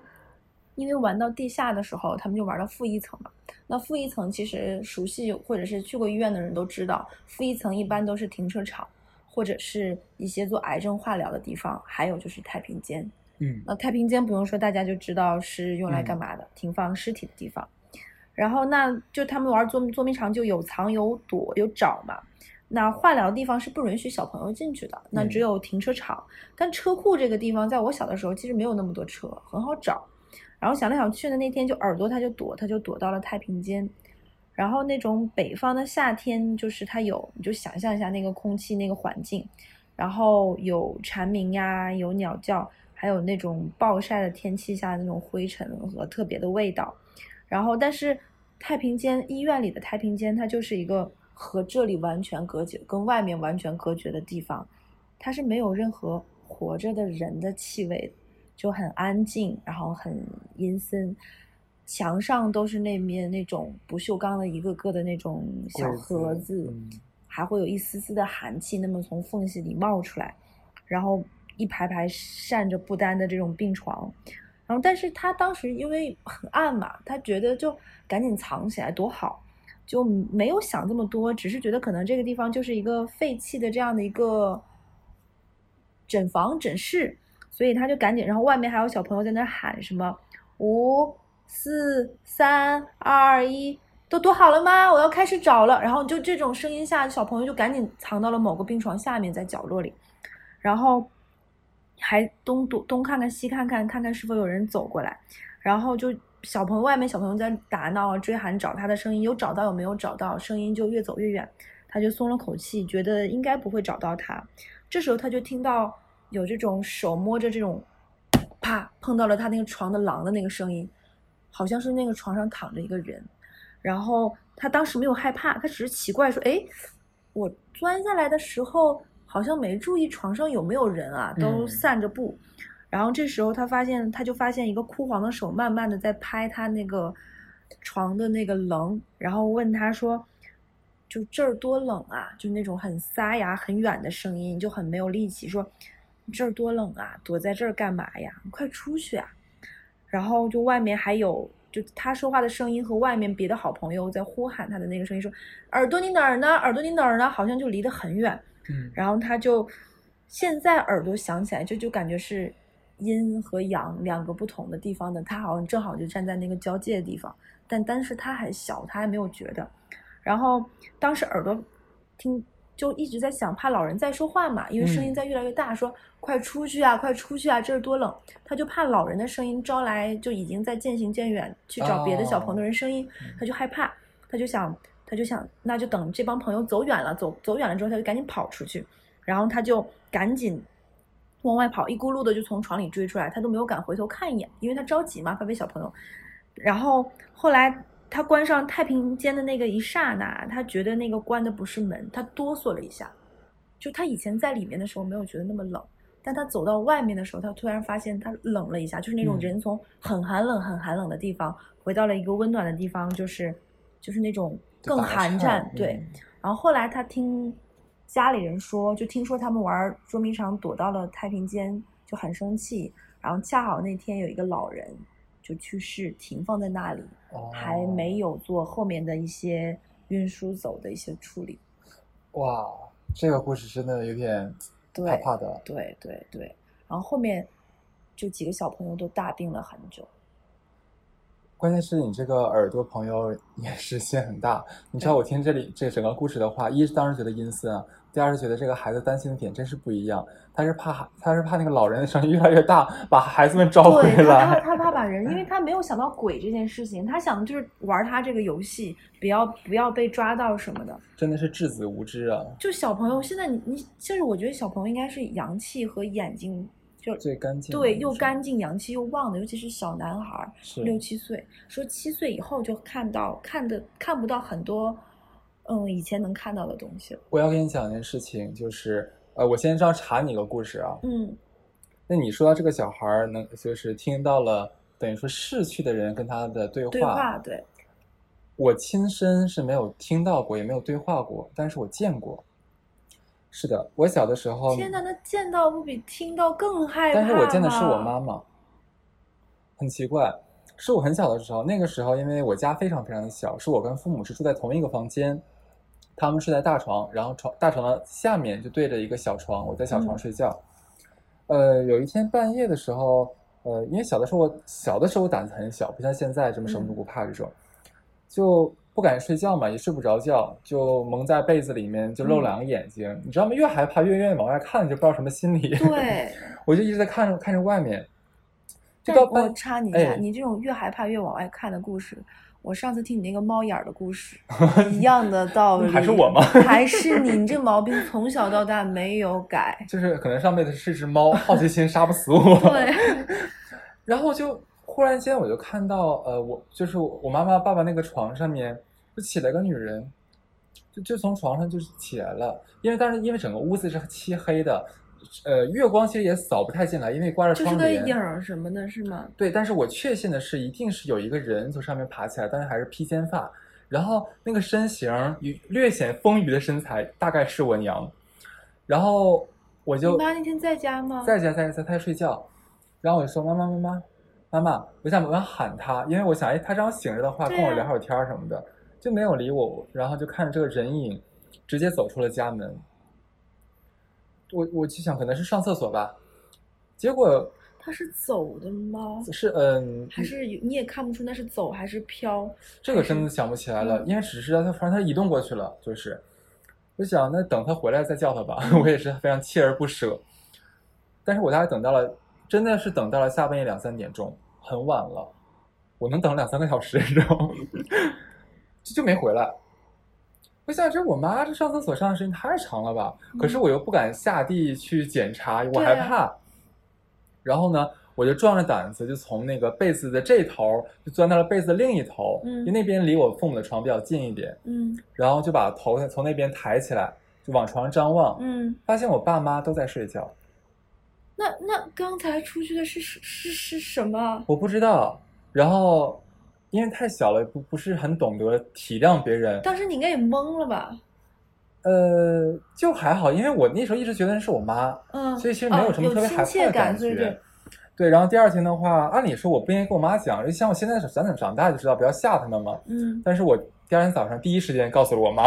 [SPEAKER 1] 因为玩到地下的时候，他们就玩到负一层嘛。那负一层其实熟悉或者是去过医院的人都知道，负一层一般都是停车场，或者是一些做癌症化疗的地方，还有就是太平间。
[SPEAKER 2] 嗯
[SPEAKER 1] 那太平间不用说，大家就知道是用来干嘛的，停放尸体的地方。然后那就他们玩捉捉迷藏就有藏有躲有找嘛。那化疗地方是不允许小朋友进去的，那
[SPEAKER 2] 嗯
[SPEAKER 1] 只有停车场。但车库这个地方，在我小的时候其实没有那么多车，很好找。然后想来想去呢，那天就耳朵他就躲，他就躲到了太平间。然后那种北方的夏天，就是它有，你就想象一下那个空气那个环境，然后有蝉鸣呀，有鸟叫，还有那种暴晒的天气下的那种灰尘和特别的味道。然后，但是太平间医院里的太平间，它就是一个和这里完全隔绝、跟外面完全隔绝的地方，它是没有任何活着的人的气味的，就很安静，然后很阴森。墙上都是那面那种不锈钢的一个个的那种小
[SPEAKER 2] 柜子
[SPEAKER 1] 盒子，
[SPEAKER 2] 嗯
[SPEAKER 1] 还会有一丝丝的寒气那么从缝隙里冒出来，然后一排排扇着不丹的这种病床，然后但是他当时因为很暗嘛，他觉得就赶紧藏起来多好，就没有想这么多，只是觉得可能这个地方就是一个废弃的这样的一个诊房诊室，所以他就赶紧，然后外面还有小朋友在那喊什么五四三二一，都躲好了吗？我要开始找了。然后就这种声音下，小朋友就赶紧藏到了某个病床下面，在角落里，然后还东躲东看看西看看，看看是否有人走过来，然后就。小朋友外面小朋友在打闹啊追喊找他的声音，有找到有没有找到，声音就越走越远，他就松了口气，觉得应该不会找到他。这时候他就听到有这种手摸着这种啪碰到了他那个床的狼的那个声音，好像是那个床上躺着一个人。然后他当时没有害怕，他只是奇怪说：“哎，我钻下来的时候好像没注意床上有没有人啊，都
[SPEAKER 2] 嗯
[SPEAKER 1] 散着步。然后这时候他发现，他就发现一个枯黄的手慢慢的在拍他那个床的那个棱，然后问他说：“就这儿多冷啊！”就那种很沙哑、很远的声音，就很没有力气说：“这儿多冷啊，躲在这儿干嘛呀？你快出去啊！”然后就外面还有，就他说话的声音和外面别的好朋友在呼喊他的那个声音说：“耳朵你哪儿呢？耳朵你哪儿呢？”好像就离得很远。
[SPEAKER 2] 嗯，
[SPEAKER 1] 然后他就现在耳朵想起来，就就感觉是阴和阳两个不同的地方的，他好像正好就站在那个交界的地方，但但是他还小，他还没有觉得。然后当时耳朵听就一直在想，怕老人在说话嘛，因为声音
[SPEAKER 2] 嗯
[SPEAKER 1] 在越来越大，说快出去啊，快出去啊，这儿多冷。他就怕老人的声音招来就已经在渐行渐远去找别的小朋友的人声音，
[SPEAKER 2] 嗯
[SPEAKER 1] 他就害怕，他就想，他就想，那就等这帮朋友走远了，走走远了之后，他就赶紧跑出去，然后他就赶紧往外跑，一咕噜的就从床里追出来，他都没有敢回头看一眼，因为他着急嘛，怕被小朋友。然后后来他关上太平间的那个一刹那，他觉得那个关的不是门，他哆嗦了一下，就他以前在里面的时候没有觉得那么冷。但他走到外面的时候，他突然发现他冷了一下，就是那种
[SPEAKER 2] 嗯
[SPEAKER 1] 人从很寒冷、很寒冷的地方回到了一个温暖的地方，就是就是那种
[SPEAKER 2] 就
[SPEAKER 1] 更
[SPEAKER 2] 打个
[SPEAKER 1] 寒
[SPEAKER 2] 颤
[SPEAKER 1] 战。对，
[SPEAKER 2] 嗯
[SPEAKER 1] 然后后来他听家里人说，就听说他们玩捉迷藏躲到了太平间，就很生气。然后恰好那天有一个老人就去世，停放在那里，
[SPEAKER 2] 哦
[SPEAKER 1] 还没有做后面的一些运输走的一些处理。
[SPEAKER 2] 哇，这个故事真的有点
[SPEAKER 1] 对
[SPEAKER 2] 怕怕的。
[SPEAKER 1] 对对对，然后后面就几个小朋友都大病了很久。
[SPEAKER 2] 关键是你这个耳朵朋友也是线很大。你知道我听这里这整个故事的话，一是当时觉得阴森啊，第二是觉得这个孩子担心的点真是不一样。他是怕他是怕那个老人的声音越来越大，把孩子们招回
[SPEAKER 1] 对他他
[SPEAKER 2] 来。
[SPEAKER 1] 他怕把人，因 为他没有想到鬼这件事情，他想的就是玩他这个游戏，不要不要被抓到什么的。
[SPEAKER 2] 真的是稚子无知啊，
[SPEAKER 1] 就小朋友现在你你，其实我觉得小朋友应该是阳气和眼睛就
[SPEAKER 2] 最干净的
[SPEAKER 1] 对
[SPEAKER 2] 女
[SPEAKER 1] 又
[SPEAKER 2] 生
[SPEAKER 1] 干净阳气又旺的，尤其是小男孩儿
[SPEAKER 2] 是
[SPEAKER 1] 六七岁，说七岁以后就看到看的看不到很多嗯以前能看到的东西了。
[SPEAKER 2] 我要跟你讲一件事情，就是呃，我先要查你一个故事啊。
[SPEAKER 1] 嗯，
[SPEAKER 2] 那你说到这个小孩儿，能就是听到了等于说逝去的人跟他的对话，
[SPEAKER 1] 对话对，
[SPEAKER 2] 我亲身是没有听到过，也没有对话过，但是我见过。是的，我小的时候，
[SPEAKER 1] 天呐，那见到不比听到更害怕
[SPEAKER 2] 哦但是我见的是我
[SPEAKER 1] 吗
[SPEAKER 2] 妈 妈，很奇怪，是我很小的时候，那个时候因为我家非常非常的小，是我跟父母是住在同一个房间，他们睡在大床，然后床大床的下面就对着一个小床，我在小床
[SPEAKER 1] 嗯
[SPEAKER 2] 睡觉。呃，有一天半夜的时候，呃，因为小的时候我小的时候我胆子很小，不像现在这么什么
[SPEAKER 1] 嗯
[SPEAKER 2] 都不怕这种，就不敢睡觉嘛，也睡不着觉，就蒙在被子里面就露
[SPEAKER 1] 嗯
[SPEAKER 2] 两个眼睛，你知道吗？越害怕越愿意往外看，就不知道什么心理。
[SPEAKER 1] 对，
[SPEAKER 2] 我就一直在看着看着外面，就
[SPEAKER 1] 但
[SPEAKER 2] 到
[SPEAKER 1] 我
[SPEAKER 2] 半
[SPEAKER 1] 插你一下，
[SPEAKER 2] 哎
[SPEAKER 1] 你这种越害怕越往外看的故事，我上次听你那个猫眼儿的故 事一样的道理，
[SPEAKER 2] 嗯还是我吗。
[SPEAKER 1] 还是你，你这毛病从小到大没有改
[SPEAKER 2] 就是可能上辈子是只猫，好奇心杀不死我。
[SPEAKER 1] 对，
[SPEAKER 2] 然后就忽然间我就看到，呃，我就是我妈妈爸爸那个床上面就起来个女人，就就从床上就是起来了，因为但是因为整个屋子是漆黑的，呃，月光其实也扫不太进来，因为挂着
[SPEAKER 1] 就是
[SPEAKER 2] 窗
[SPEAKER 1] 个
[SPEAKER 2] 帘。
[SPEAKER 1] 影儿什么的，是吗？
[SPEAKER 2] 对，但是我确信的是，一定是有一个人从上面爬起来，但是还是披肩发，然后那个身形儿与略显丰腴的身材，大概是我娘。然后我
[SPEAKER 1] 你
[SPEAKER 2] 就
[SPEAKER 1] 妈那天在家吗？
[SPEAKER 2] 在家在家在她睡觉，然后我就说妈妈妈妈妈妈，我想我想喊她，因为我想哎她这样醒着的话，
[SPEAKER 1] 对啊
[SPEAKER 2] 跟我
[SPEAKER 1] 呀
[SPEAKER 2] 聊会儿天儿什么的，就没有理我，然后就看着这个人影直接走出了家门。我我就想可能是上厕所吧，结果
[SPEAKER 1] 它是走的吗？
[SPEAKER 2] 是嗯，
[SPEAKER 1] 还是有你也看不出那是走还是飘？
[SPEAKER 2] 这个真的想不起来了，
[SPEAKER 1] 嗯
[SPEAKER 2] 因为只是他反正他移动过去了，就是，我想那等他回来再叫他吧， 我也是非常锲而不舍，但是我大概等到了，真的是等到了下半夜两三点钟，很晚了，我能等两三个小时，你 知道吗？就就没回来。我想这我妈这上厕所上的时间太长了吧，可是我又不敢下地去检查，我
[SPEAKER 1] 嗯对
[SPEAKER 2] 害
[SPEAKER 1] 啊
[SPEAKER 2] 怕。然后呢，我就壮着胆子就从那个被子的这头就钻到了被子的另一头，
[SPEAKER 1] 嗯
[SPEAKER 2] 因为那边离我父母的床比较近一点，
[SPEAKER 1] 嗯
[SPEAKER 2] 然后就把头从那边抬起来，就往床上张望，
[SPEAKER 1] 嗯，
[SPEAKER 2] 发现我爸妈都在睡觉，
[SPEAKER 1] 那那刚才出去的是是是是什么？
[SPEAKER 2] 我不知道。然后因为太小了，不不是很懂得体谅别人，
[SPEAKER 1] 当时你应该也懵了吧？
[SPEAKER 2] 呃，就还好，因为我那时候一直觉得是我妈，
[SPEAKER 1] 嗯，
[SPEAKER 2] 所以其实没
[SPEAKER 1] 啊
[SPEAKER 2] 有什么特别害
[SPEAKER 1] 亲
[SPEAKER 2] 怕
[SPEAKER 1] 切
[SPEAKER 2] 的
[SPEAKER 1] 感，
[SPEAKER 2] 觉。
[SPEAKER 1] 对对，
[SPEAKER 2] 对然后第二天的话，按理说我不应该跟我妈讲，因为像我现在长长长大就知道不要吓他们嘛。
[SPEAKER 1] 嗯
[SPEAKER 2] 但是我第二天早上第一时间告诉了我妈，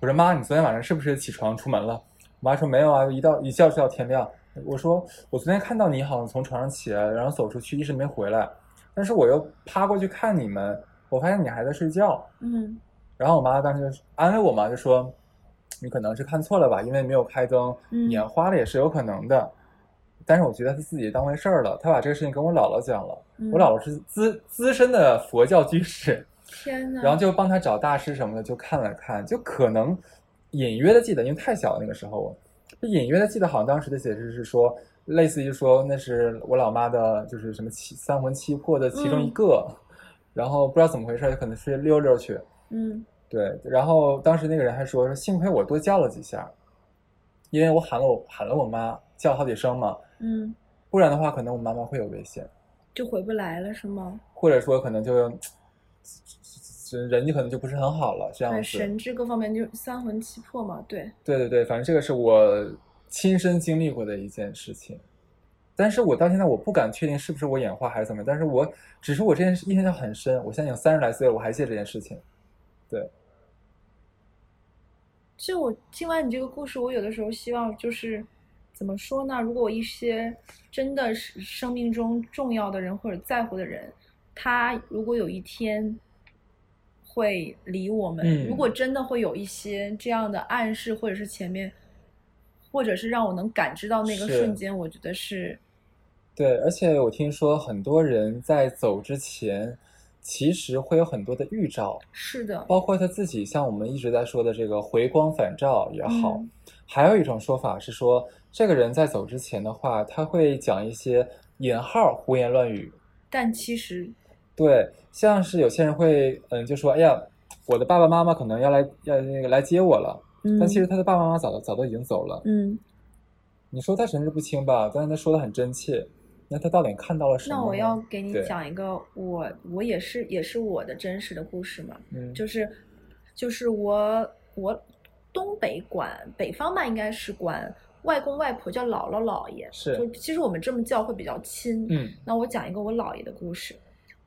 [SPEAKER 2] 我说妈，你昨天晚上是不是起床出门了？我妈说没有啊，一到一觉睡到天亮。我说我昨天看到你好像从床上起来，然后走出去，一直没回来。但是我又趴过去看你们，我发现你还在睡觉。
[SPEAKER 1] 嗯
[SPEAKER 2] 然后我妈当时就安慰我嘛，就说你可能是看错了吧，因为没有开灯，
[SPEAKER 1] 嗯
[SPEAKER 2] 眼花了也是有可能的。但是我觉得她自己当回事儿了，她把这个事情跟我姥姥讲了。
[SPEAKER 1] 嗯，
[SPEAKER 2] 我姥姥是资资深的佛教居士，
[SPEAKER 1] 天呐，
[SPEAKER 2] 然后就帮他找大师什么的，就看了看，就可能隐约的记得，因为太小了那个时候，就隐约的记得，好像当时的解释是说，类似于说那是我老妈的，就是什么七三魂七魄的其中一
[SPEAKER 1] 嗯
[SPEAKER 2] 个，然后不知道怎么回事，可能是溜溜去，
[SPEAKER 1] 嗯
[SPEAKER 2] 对，然后当时那个人还说，幸亏我多叫了几下，因为我喊了我喊了我妈叫好几声嘛，
[SPEAKER 1] 嗯，
[SPEAKER 2] 不然的话可能我妈妈会有危险，
[SPEAKER 1] 就回不来了是吗？
[SPEAKER 2] 或者说可能就人人家可能就不是很好了这样
[SPEAKER 1] 对，
[SPEAKER 2] 子。
[SPEAKER 1] 神智各方面就是三魂七魄嘛，对，
[SPEAKER 2] 对对对，反正这个是我亲身经历过的一件事情，但是我到现在我不敢确定是不是我眼花还是怎么样，但是我只是我这件事印象很深，我现在已经三十来岁了，我还记得这件事情。
[SPEAKER 1] 其实我听完你这个故事，我有的时候希望就是怎么说呢？如果我一些真的是生命中重要的人或者在乎的人，他如果有一天会理我们，
[SPEAKER 2] 嗯
[SPEAKER 1] 如果真的会有一些这样的暗示，或者是前面，或者是让我能感知到那个
[SPEAKER 2] 是
[SPEAKER 1] 瞬间，我觉得是
[SPEAKER 2] 对，而且我听说很多人在走之前，其实会有很多的预兆，
[SPEAKER 1] 是的，
[SPEAKER 2] 包括他自己，像我们一直在说的这个回光返照也好，
[SPEAKER 1] 嗯
[SPEAKER 2] 还有一种说法是说，这个人在走之前的话，他会讲一些引号胡言乱语，
[SPEAKER 1] 但其实
[SPEAKER 2] 对，像是有些人会，嗯，就说，哎呀，我的爸爸妈妈可能要来要那个来接我了，
[SPEAKER 1] 嗯
[SPEAKER 2] 但其实他的爸爸妈妈早早都已经走了。
[SPEAKER 1] 嗯，
[SPEAKER 2] 你说他神志不清吧，但是他说的很真切，那他到底看到了什么
[SPEAKER 1] 那我
[SPEAKER 2] 呢
[SPEAKER 1] 要给你
[SPEAKER 2] 对
[SPEAKER 1] 讲一个我我也是也是我的真实的故事嘛，
[SPEAKER 2] 嗯，
[SPEAKER 1] 就是就是我我东北管北方吧，应该是管外公外婆叫姥姥姥爷，
[SPEAKER 2] 是
[SPEAKER 1] 就其实我们这么叫会比较亲。
[SPEAKER 2] 嗯
[SPEAKER 1] 那我讲一个我姥爷的故事。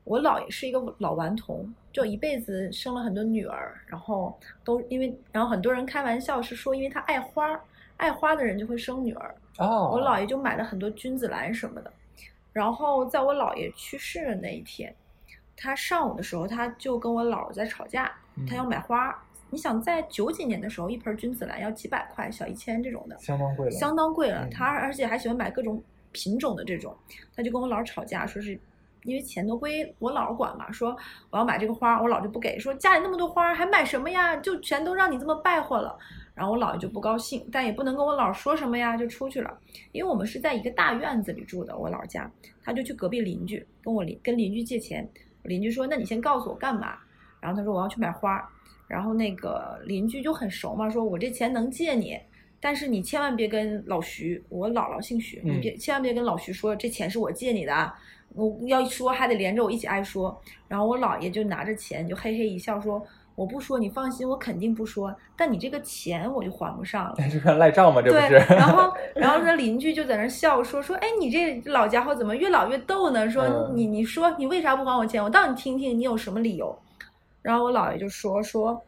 [SPEAKER 1] 我姥爷是一个老顽童，就一辈子生了很多女儿，然后都因为，然后很多人开玩笑是说，因为他爱花儿，爱花的人就会生女儿。
[SPEAKER 2] 哦，
[SPEAKER 1] 我姥爷就买了很多君子兰什么的。然后在我姥爷去世的那一天，他上午的时候他就跟我姥儿在吵架，他要
[SPEAKER 2] 嗯
[SPEAKER 1] 买花儿。你想在九几年的时候，一盆君子兰要几百块，小一千这种的，
[SPEAKER 2] 相当贵了，
[SPEAKER 1] 相当贵了。
[SPEAKER 2] 嗯
[SPEAKER 1] 他而且还喜欢买各种品种的这种，他就跟我姥儿吵架，说是因为钱都归我姥儿管嘛，说我要买这个花儿，我姥儿就不给，说家里那么多花儿还买什么呀，就全都让你这么败坏了。然后我姥爷就不高兴，但也不能跟我姥儿说什么呀，就出去了。因为我们是在一个大院子里住的，我姥儿家，他就去隔壁邻居跟我邻跟邻居借钱，我邻居说那你先告诉我干嘛，然后他说我要去买花儿，然后那个邻居就很熟嘛，说我这钱能借你，但是你千万别跟老徐，我姥姥姓徐，你
[SPEAKER 2] 嗯
[SPEAKER 1] 别千万别跟老徐说这钱是我借你的啊，我要一说还得连着我一起挨说。然后我姥爷就拿着钱就嘿嘿一笑说。我不说，你放心，我肯定不说。但你这个钱我就还不上了。
[SPEAKER 2] 哎这是赖账吗？这不
[SPEAKER 1] 对，
[SPEAKER 2] 是？
[SPEAKER 1] 然后然后那邻居就在那儿笑说说，哎，你这老家伙怎么越老越逗呢？说
[SPEAKER 2] 嗯
[SPEAKER 1] 你你说你为啥不还我钱？我倒你听听你有什么理由。然后我姥爷就说说，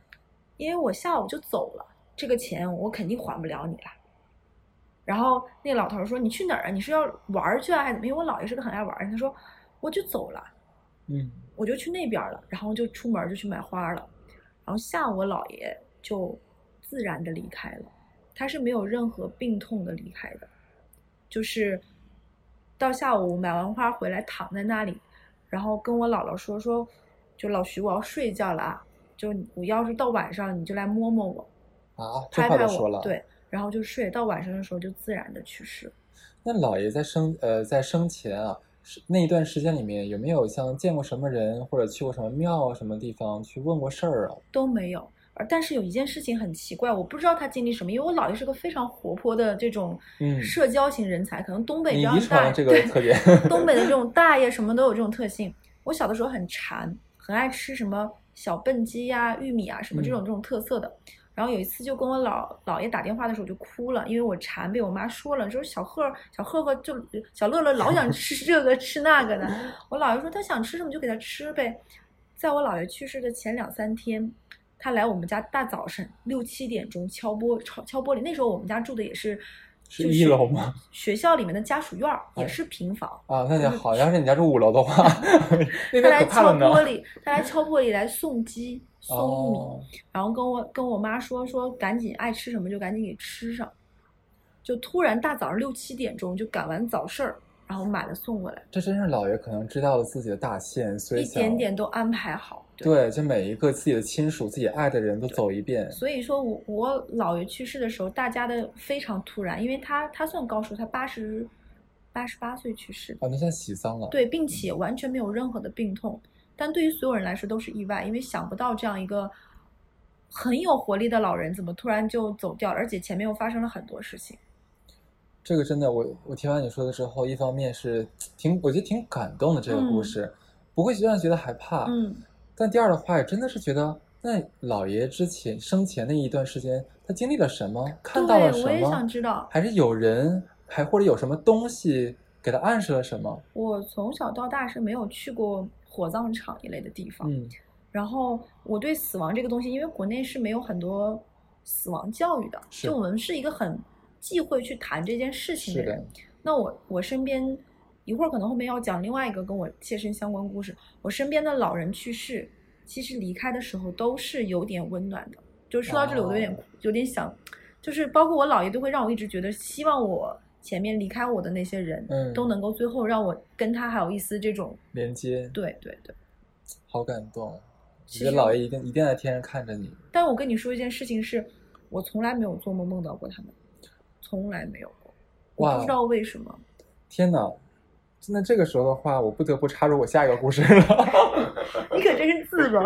[SPEAKER 1] 因为我下午就走了，这个钱我肯定还不了你了。然后那老头儿说你去哪儿啊？你是要玩儿去啊，还是怎么？因为我姥爷是个很爱玩儿的人，他说我就走了。
[SPEAKER 2] 嗯，
[SPEAKER 1] 我就去那边了，然后就出门就去买花了，然后下午我姥爷就自然的离开了，他是没有任何病痛的离开的，就是到下午买完花回来躺在那里，然后跟我姥姥说说，就老徐我要睡觉了啊，就我要是到晚上你就来摸摸我，
[SPEAKER 2] 啊，这
[SPEAKER 1] 拍
[SPEAKER 2] 话
[SPEAKER 1] 拍
[SPEAKER 2] 都
[SPEAKER 1] 我，
[SPEAKER 2] 说了。，
[SPEAKER 1] 对，然后就睡，到晚上的时候就自然的去世了。
[SPEAKER 2] 那老爷在生呃在生前啊，是那一段时间里面有没有像见过什么人或者去过什么庙啊什么地方去问过事儿啊？
[SPEAKER 1] 都没有。而但是有一件事情很奇怪，我不知道他经历什么，因为我姥爷是个非常活泼的这种
[SPEAKER 2] 嗯
[SPEAKER 1] 社交型人才，可能东北比
[SPEAKER 2] 你
[SPEAKER 1] 较
[SPEAKER 2] 遗传
[SPEAKER 1] 大，
[SPEAKER 2] 了这个
[SPEAKER 1] 对
[SPEAKER 2] 特点。
[SPEAKER 1] 东北的这种大爷什么都有这种特性。我小的时候很馋，很爱吃什么小笨鸡呀、玉米啊什么这种
[SPEAKER 2] 嗯
[SPEAKER 1] 这种特色的。然后有一次就跟我姥姥爷打电话的时候就哭了，因为我馋被我妈说了，说小贺小贺贺就小乐乐老想吃这个吃那个的。 我姥爷说他想吃什么就给他吃呗。在我姥爷去世的前两三天，他来我们家大早晨六七点钟敲玻敲敲玻璃，那时候我们家住的也是
[SPEAKER 2] 是
[SPEAKER 1] 就
[SPEAKER 2] 一楼吗？
[SPEAKER 1] 学校里面的家属院儿
[SPEAKER 2] 哎
[SPEAKER 1] 也是平房。
[SPEAKER 2] 啊，那就好。要是你家住五楼的 话，那
[SPEAKER 1] 他
[SPEAKER 2] 太
[SPEAKER 1] 来
[SPEAKER 2] 可怕
[SPEAKER 1] 敲
[SPEAKER 2] 了呢。
[SPEAKER 1] 玻璃， 他来敲玻璃来送鸡、送米，
[SPEAKER 2] 哦，
[SPEAKER 1] 然后跟我跟我妈说说，赶紧爱吃什么就赶紧给吃上。就突然大早上六七点钟就赶完早市儿，然后买了送过来，
[SPEAKER 2] 这真是老爷可能知道了自己的大限，所以
[SPEAKER 1] 一点
[SPEAKER 2] 想
[SPEAKER 1] 点都安排好。
[SPEAKER 2] 对，就每一个自己的亲属、自己爱的人都走一遍。
[SPEAKER 1] 所以说我我姥爷去世的时候，大家的非常突然，因为他他算高寿，他八十八十八岁去世的。
[SPEAKER 2] 啊，那现在喜丧了。
[SPEAKER 1] 对，并且完全没有任何的病痛。但对于所有人来说都是意外，因为想不到这样一个很有活力的老人怎么突然就走掉了，而且前面又发生了很多事情。
[SPEAKER 2] 这个真的，我我听完你说的之后，一方面是挺，我觉得挺感动的这个故
[SPEAKER 1] 嗯
[SPEAKER 2] 事，不会让人觉得害怕。
[SPEAKER 1] 嗯，
[SPEAKER 2] 但第二的话，也真的是觉得，那老爷之前生前那一段时间，他经历了什么，看到了
[SPEAKER 1] 对，
[SPEAKER 2] 什
[SPEAKER 1] 我也想
[SPEAKER 2] 么，
[SPEAKER 1] 知道。
[SPEAKER 2] 还是有人，还或者有什么东西给他暗示了什么？
[SPEAKER 1] 我从小到大是没有去过火葬场一类的地方，
[SPEAKER 2] 嗯
[SPEAKER 1] 然后我对死亡这个东西，因为国内是没有很多死亡教育的，
[SPEAKER 2] 是
[SPEAKER 1] 就我们是一个很忌讳去谈这件事情
[SPEAKER 2] 是的
[SPEAKER 1] 人。那我我身边一会儿可能后面要讲另外一个跟我切身相关故事。我身边的老人去世，其实离开的时候都是有点温暖的。就是说到这里，我都有点、
[SPEAKER 2] 哦
[SPEAKER 1] 有点想，就是包括我姥爷都会让我一直觉得，希望我前面离开我的那些人，
[SPEAKER 2] 嗯
[SPEAKER 1] 都能够最后让我跟他还有一丝这种，
[SPEAKER 2] 连接，
[SPEAKER 1] 对对对。
[SPEAKER 2] 好感动。
[SPEAKER 1] 其
[SPEAKER 2] 你的
[SPEAKER 1] 实
[SPEAKER 2] 姥爷一定一定在天上看着你，
[SPEAKER 1] 但我跟你说一件事情是，我从来没有做梦梦到过他们，从来没有过，我
[SPEAKER 2] 哇哦
[SPEAKER 1] 不知道为什么。
[SPEAKER 2] 天哪！那这个时候的话，我不得不插入我下一个故事 了。
[SPEAKER 1] 你可真是自 然，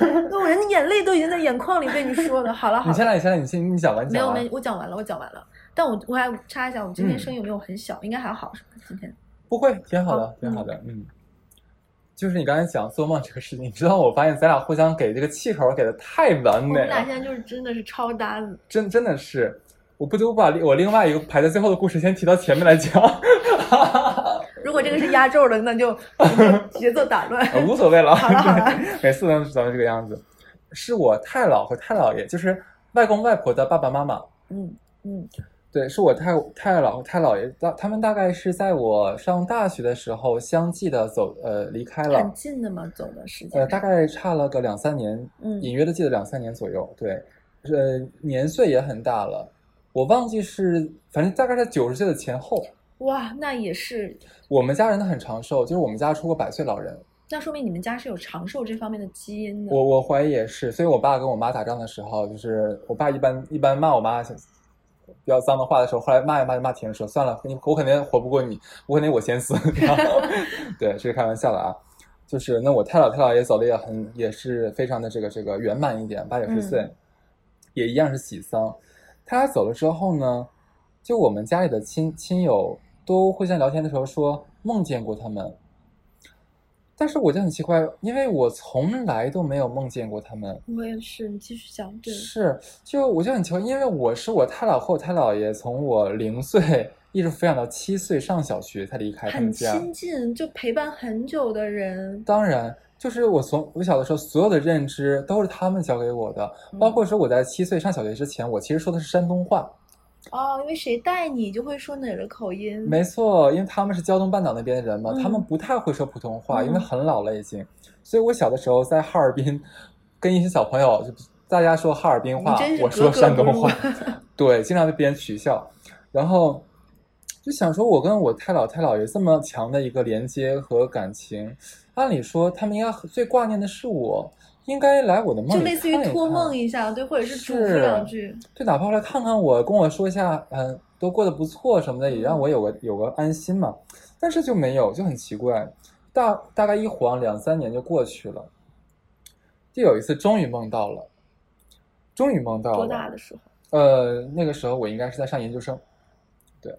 [SPEAKER 1] 那我人家眼泪都已经在眼眶里被你说了。好了好
[SPEAKER 2] 你
[SPEAKER 1] 了
[SPEAKER 2] 先，来，你先来，你先，你讲完，你
[SPEAKER 1] 没
[SPEAKER 2] 讲
[SPEAKER 1] 有
[SPEAKER 2] 完。
[SPEAKER 1] 没，我讲完了，我讲完了。但我我还插一下，我今天
[SPEAKER 2] 嗯
[SPEAKER 1] 声音有没有很小？应该还好是吧？今天
[SPEAKER 2] 不会，挺好的
[SPEAKER 1] 好，
[SPEAKER 2] 挺好的，嗯。就是你刚才讲做梦这个事情，你知道我发现咱俩互相给这个气口给的太完
[SPEAKER 1] 我
[SPEAKER 2] 美
[SPEAKER 1] 们俩
[SPEAKER 2] 了
[SPEAKER 1] 现，在就是真的是超搭子。
[SPEAKER 2] 真真的是，我不得不把我另外一个排在最后的故事先提到前面来讲，
[SPEAKER 1] 如果这个是压轴的，那 就节奏打乱。
[SPEAKER 2] 呃无所谓了。
[SPEAKER 1] 好了好了，
[SPEAKER 2] 每次都是咱们这个样子。是我太姥和太姥爷，就是外公外婆的爸爸妈妈，
[SPEAKER 1] 嗯嗯，
[SPEAKER 2] 对，是我太太姥和太姥爷，大他们大概是在我上大学的时候相继的走呃离开了，
[SPEAKER 1] 很近的嘛，走的时间。
[SPEAKER 2] 呃，大概差了个两三年，
[SPEAKER 1] 嗯
[SPEAKER 2] 隐约的记得两三年左右。对，呃，年岁也很大了，我忘记是，反正大概在九十岁的前后。
[SPEAKER 1] 哇，那也是，
[SPEAKER 2] 我们家人都很长寿，就是我们家出过百岁老人，
[SPEAKER 1] 那说明你们家是有长寿这方面的基因的。
[SPEAKER 2] 我我怀疑也是。所以我爸跟我妈打仗的时候，就是我爸一般一般骂我妈比较脏的话的时候，后来骂一骂就骂停说算了，你我肯定活不过你，我肯定我先死。 然后对，这是开玩笑的啊。就是那我太姥太姥爷走的也很也是非常的这个这个圆满一点，八九十岁，
[SPEAKER 1] 嗯
[SPEAKER 2] 也一样是喜丧。他俩走了之后呢，就我们家里的亲亲友都互相聊天的时候说梦见过他们，但是我就很奇怪，因为我从来都没有梦见过他们。
[SPEAKER 1] 我也是，你继续讲。对，
[SPEAKER 2] 是，就我就很奇怪，因为我是我太姥和我太姥爷从我零岁一直抚养到七岁上小学才离开他们
[SPEAKER 1] 很
[SPEAKER 2] 家。
[SPEAKER 1] 亲近，就陪伴很久的人。
[SPEAKER 2] 当然，就是我从我小的时候所有的认知都是他们教给我的，包括说我在七岁上小学之前，我其实说的是山东话。
[SPEAKER 1] 哦，因为谁带你就会说哪个口音。
[SPEAKER 2] 没错，因为他们是胶东半岛那边的人嘛，
[SPEAKER 1] 嗯
[SPEAKER 2] 他们不太会说普通话，
[SPEAKER 1] 嗯
[SPEAKER 2] 因为很老了已经。所以我小的时候在哈尔滨，跟一些小朋友，就大家说哈尔滨话
[SPEAKER 1] 你真，是
[SPEAKER 2] 我
[SPEAKER 1] 格
[SPEAKER 2] 说
[SPEAKER 1] 格
[SPEAKER 2] 山
[SPEAKER 1] 不
[SPEAKER 2] 东
[SPEAKER 1] 入
[SPEAKER 2] 话，对，经常被别人取笑。然后就想说，我跟我太姥太姥爷这么强的一个连接和感情，按理说他们应该最挂念的是我，应该来我的梦
[SPEAKER 1] 就
[SPEAKER 2] 里
[SPEAKER 1] 类似于
[SPEAKER 2] 看一
[SPEAKER 1] 托
[SPEAKER 2] 看
[SPEAKER 1] 梦一下，对，或者是嘱咐
[SPEAKER 2] 是
[SPEAKER 1] 两句。
[SPEAKER 2] 对，哪怕后来看看我，跟我说一下，嗯，都过得不错什么的，也让我
[SPEAKER 1] 嗯
[SPEAKER 2] 有个有个安心嘛。但是就没有，就很奇怪。大大概一晃两三年就过去了，就有一次终于梦到了，终于梦到
[SPEAKER 1] 多
[SPEAKER 2] 了。
[SPEAKER 1] 大的时候？
[SPEAKER 2] 呃，那个时候我应该是在上研究生，对。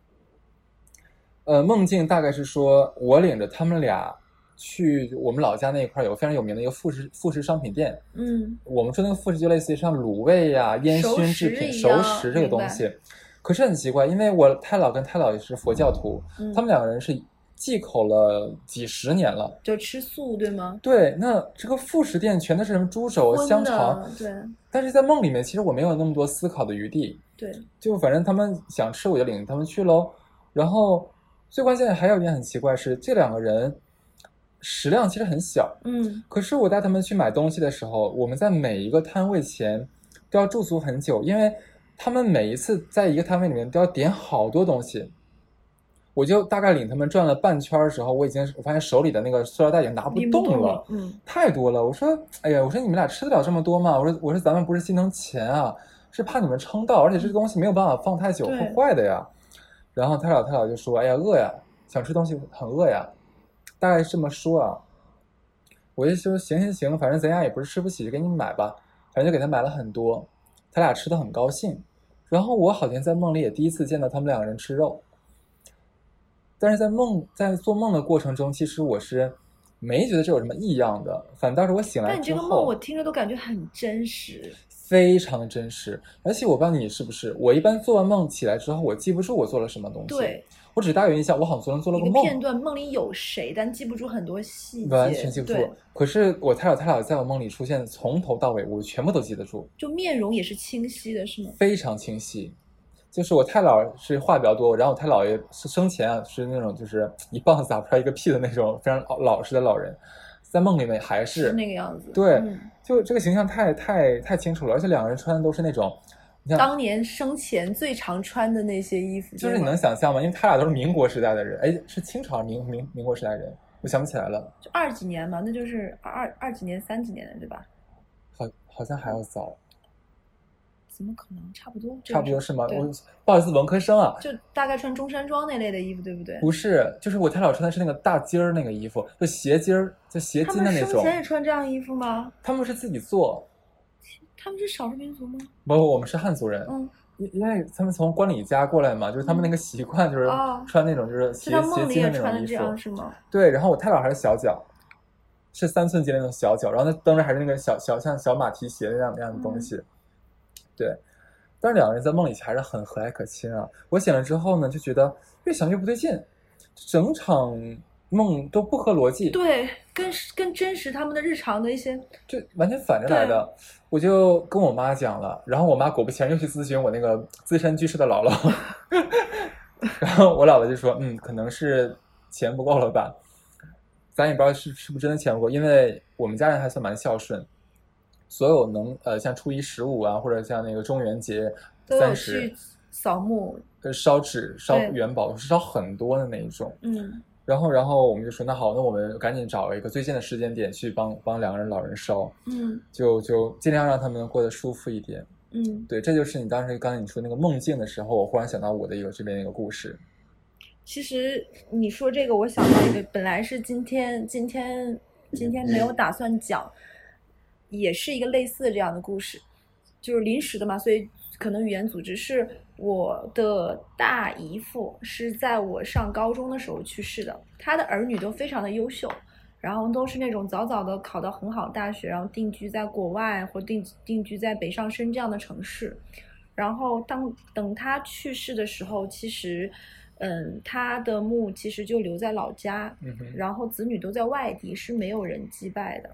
[SPEAKER 2] 呃，梦境大概是说我领着他们俩去我们老家那一块儿有个非常有名的一个副食副食商品店，
[SPEAKER 1] 嗯，
[SPEAKER 2] 我们说那个副食就类似于像卤味呀、烟
[SPEAKER 1] 熟
[SPEAKER 2] 熏
[SPEAKER 1] 食
[SPEAKER 2] 制品、
[SPEAKER 1] 一
[SPEAKER 2] 熟
[SPEAKER 1] 样
[SPEAKER 2] 食这个
[SPEAKER 1] 明
[SPEAKER 2] 东
[SPEAKER 1] 白
[SPEAKER 2] 西。可是很奇怪，因为我太姥跟太姥也是佛教徒，
[SPEAKER 1] 嗯
[SPEAKER 2] 他们两个人是忌口了几十年了。
[SPEAKER 1] 就吃素对吗？
[SPEAKER 2] 对，那这个副食店全都是什么猪手、
[SPEAKER 1] 荤
[SPEAKER 2] 香
[SPEAKER 1] 的
[SPEAKER 2] 肠，
[SPEAKER 1] 对
[SPEAKER 2] 但是在梦里面，其实我没有那么多思考的余地，
[SPEAKER 1] 对，
[SPEAKER 2] 就反正他们想吃，我就领着他们去喽。然后最关键的还有一点很奇怪是，这两个人食量其实很小，
[SPEAKER 1] 嗯，
[SPEAKER 2] 可是我带他们去买东西的时候，我们在每一个摊位前都要驻足很久，因为他们每一次在一个摊位里面都要点好多东西。我就大概领他们转了半圈儿的时候，我已经我发现手里的那个塑料袋已经拿啊不
[SPEAKER 1] 拎
[SPEAKER 2] 动
[SPEAKER 1] 动
[SPEAKER 2] 了，，
[SPEAKER 1] 嗯，
[SPEAKER 2] 太多了。我说，哎呀，我说你们俩吃得了这么多吗？我说，我说咱们不是心疼钱啊，是怕你们撑到，而且这个东西没有办法放太久，
[SPEAKER 1] 嗯对
[SPEAKER 2] 会坏的呀。然后他俩他俩就说，哎呀，饿呀，想吃东西很饿呀，大概是这么说啊。我就说行行行，反正咱俩也不是吃不起，就给你买吧。反正就给他买了很多，他俩吃的很高兴。然后我好像在梦里也第一次见到他们两个人吃肉，但是在梦在做梦的过程中，其实我是没觉得这有什么异样的，反倒是我醒来
[SPEAKER 1] 但你
[SPEAKER 2] 之
[SPEAKER 1] 这个梦我
[SPEAKER 2] 后
[SPEAKER 1] 听着都感觉很真实。
[SPEAKER 2] 非常的真实。而且我不知道你是不是，我一般做完梦起来之后，我记不住我做了什么东西，
[SPEAKER 1] 对，
[SPEAKER 2] 我只大有印象，我好像昨天做了
[SPEAKER 1] 一
[SPEAKER 2] 个
[SPEAKER 1] 个
[SPEAKER 2] 梦，
[SPEAKER 1] 片段梦里有谁，但记不住很多细节，
[SPEAKER 2] 完全记不住
[SPEAKER 1] 对，。
[SPEAKER 2] 可是我太姥太姥在我梦里出现从头到尾，我全部都记得住，
[SPEAKER 1] 就面容也是清晰的，是吗？
[SPEAKER 2] 非常清晰。就是我太姥是话比较多，然后我太姥爷是生前啊是那种就是一棒子打不出来一个屁的那种非常老实的老人，在梦里面还是
[SPEAKER 1] 是那个样子。
[SPEAKER 2] 对
[SPEAKER 1] 嗯
[SPEAKER 2] 就这个形象太太太清楚了，而且两个人穿的都是那种，你像
[SPEAKER 1] 当年生前最常穿的那些衣服，
[SPEAKER 2] 就是你能想象吗？因为他俩都是民国时代的人，哎，是清朝民民民国时代人，我想不起来了，
[SPEAKER 1] 就二几年嘛，那就是二二几年、三几年的对吧？
[SPEAKER 2] 好好像还要早，
[SPEAKER 1] 怎么可能？差不多，这个
[SPEAKER 2] 差不多是吗？
[SPEAKER 1] 对
[SPEAKER 2] 我不好意思，文科生啊，
[SPEAKER 1] 就大概穿中山装那类的衣服，对不对？
[SPEAKER 2] 不是，就是我太姥穿的是那个大襟儿那个衣服，就斜襟儿，就斜
[SPEAKER 1] 他
[SPEAKER 2] 襟的
[SPEAKER 1] 们
[SPEAKER 2] 那
[SPEAKER 1] 生
[SPEAKER 2] 种。
[SPEAKER 1] 前也穿这样衣服吗？
[SPEAKER 2] 他们是自己做，
[SPEAKER 1] 他们是少数民族吗？
[SPEAKER 2] 不，我们是汉族人，
[SPEAKER 1] 嗯，
[SPEAKER 2] 因因为他们从关里家过来嘛，就是他们那个习惯就是
[SPEAKER 1] 哦
[SPEAKER 2] 穿那种就是
[SPEAKER 1] 就
[SPEAKER 2] 斜
[SPEAKER 1] 他
[SPEAKER 2] 斜
[SPEAKER 1] 梦里
[SPEAKER 2] 襟的
[SPEAKER 1] 也
[SPEAKER 2] 那
[SPEAKER 1] 穿
[SPEAKER 2] 种
[SPEAKER 1] 的这
[SPEAKER 2] 衣
[SPEAKER 1] 样
[SPEAKER 2] 服。
[SPEAKER 1] 是吗？
[SPEAKER 2] 对，然后我太姥还是小脚，是三寸截那种小脚，然后那蹬着还是那个小小像小马蹄鞋那样那样的东
[SPEAKER 1] 嗯
[SPEAKER 2] 西。对，但是两个人在梦里还是很和蔼可亲啊。我醒了之后呢，就觉得越想越不对劲，整场梦都不合逻辑。
[SPEAKER 1] 对，跟跟真实他们的日常的一些，
[SPEAKER 2] 就完全反着来的。我就跟我妈讲了，然后我妈果不其然又去咨询我那个资深居士的姥姥， 然后我姥姥就说：“嗯，可能是钱不够了吧，咱也不知道是是不是真的钱不够，因为我们家人还算蛮孝顺，所有能呃像初一十五啊，或者像那个中元节
[SPEAKER 1] 都有
[SPEAKER 2] 三十
[SPEAKER 1] 去扫墓，
[SPEAKER 2] 呃烧纸烧
[SPEAKER 1] 对
[SPEAKER 2] 元宝是烧很多的那一种。”
[SPEAKER 1] 嗯，
[SPEAKER 2] 然后，然后我们就说，那好，那我们赶紧找一个最近的时间点去帮帮两个人老人烧。
[SPEAKER 1] 嗯
[SPEAKER 2] 就就尽量让他们过得舒服一点。
[SPEAKER 1] 嗯，
[SPEAKER 2] 对，这就是你当时刚才你说那个梦境的时候，我忽然想到我的一个这边一个故事。
[SPEAKER 1] 其实你说这个，我想到一个，本来是今天今天今天没有打算讲，也是一个类似这样的故事，就是临时的嘛，所以可能语言组织是我的大姨父是在我上高中的时候去世的，他的儿女都非常的优秀。然后都是那种早早的考到很好的大学，然后定居在国外或定定居在北上深这样的城市。然后当等他去世的时候，其实，嗯，他的墓其实就留在老家，
[SPEAKER 2] 嗯哼，
[SPEAKER 1] 然后子女都在外地，是没有人祭拜的。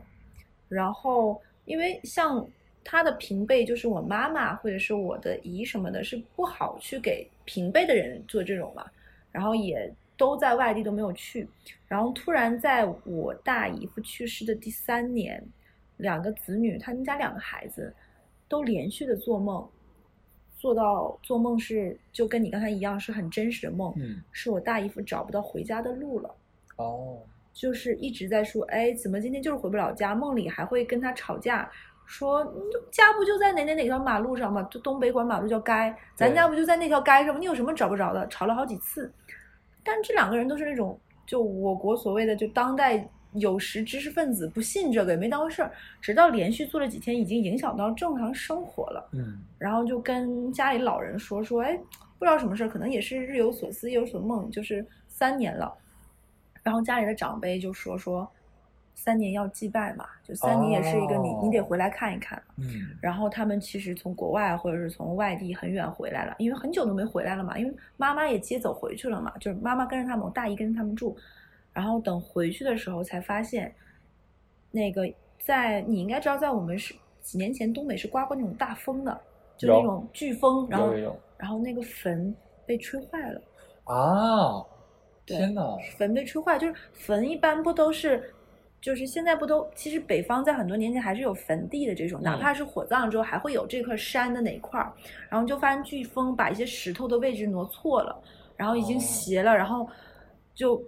[SPEAKER 1] 然后，因为像他的平辈，就是我妈妈或者是我的姨什么的，是不好去给平辈的人做这种嘛。然后也都在外地都没有去。然后突然在我大姨夫去世的第三年，两个子女，他们家两个孩子都连续的做梦，做到做梦是就跟你刚才一样，是很真实的梦，
[SPEAKER 2] 嗯，
[SPEAKER 1] 是我大姨夫找不到回家的路了。
[SPEAKER 2] 哦，
[SPEAKER 1] 就是一直在说，哎，怎么今天就是回不了家？梦里还会跟他吵架，说嗯家不就在哪哪哪条马路上吗？就东北管马路叫街，咱
[SPEAKER 2] 对
[SPEAKER 1] 家不就在那条街上吗？你有什么找不着的？吵了好几次，但这两个人都是那种，就我国所谓的就当代有识知识分子不信这个也没当回事儿，直到连续做了几天，已经影响到正常生活了。
[SPEAKER 2] 嗯，
[SPEAKER 1] 然后就跟家里老人说说，哎，不知道什么事儿，可能也是日有所思夜有所梦，就是三年了。然后家里的长辈就说说，三年要祭拜嘛，就三年也是一个你、你得回来看一看。
[SPEAKER 2] 嗯，
[SPEAKER 1] 然后他们其实从国外或者是从外地很远回来了，因为很久都没回来了嘛，因为妈妈也接走回去了嘛，就是妈妈跟着他们，我大姨跟着他们住，然后等回去的时候才发现，那个在你应该知道，在我们是几年前东北是刮过那种大风的，就那
[SPEAKER 2] 有
[SPEAKER 1] 种飓风，然后
[SPEAKER 2] 有有有
[SPEAKER 1] 然后那个坟被吹坏了。
[SPEAKER 2] 啊，
[SPEAKER 1] 对
[SPEAKER 2] 天哪，
[SPEAKER 1] 坟被吹坏，就是坟一般不都是，就是现在不都，其实北方在很多年前还是有坟地的这种，哪
[SPEAKER 2] 嗯
[SPEAKER 1] 怕是火葬之后还会有这块山的哪一块儿，然后就发现飓风把一些石头的位置挪错了，然后已经
[SPEAKER 2] 哦
[SPEAKER 1] 斜了，然后就。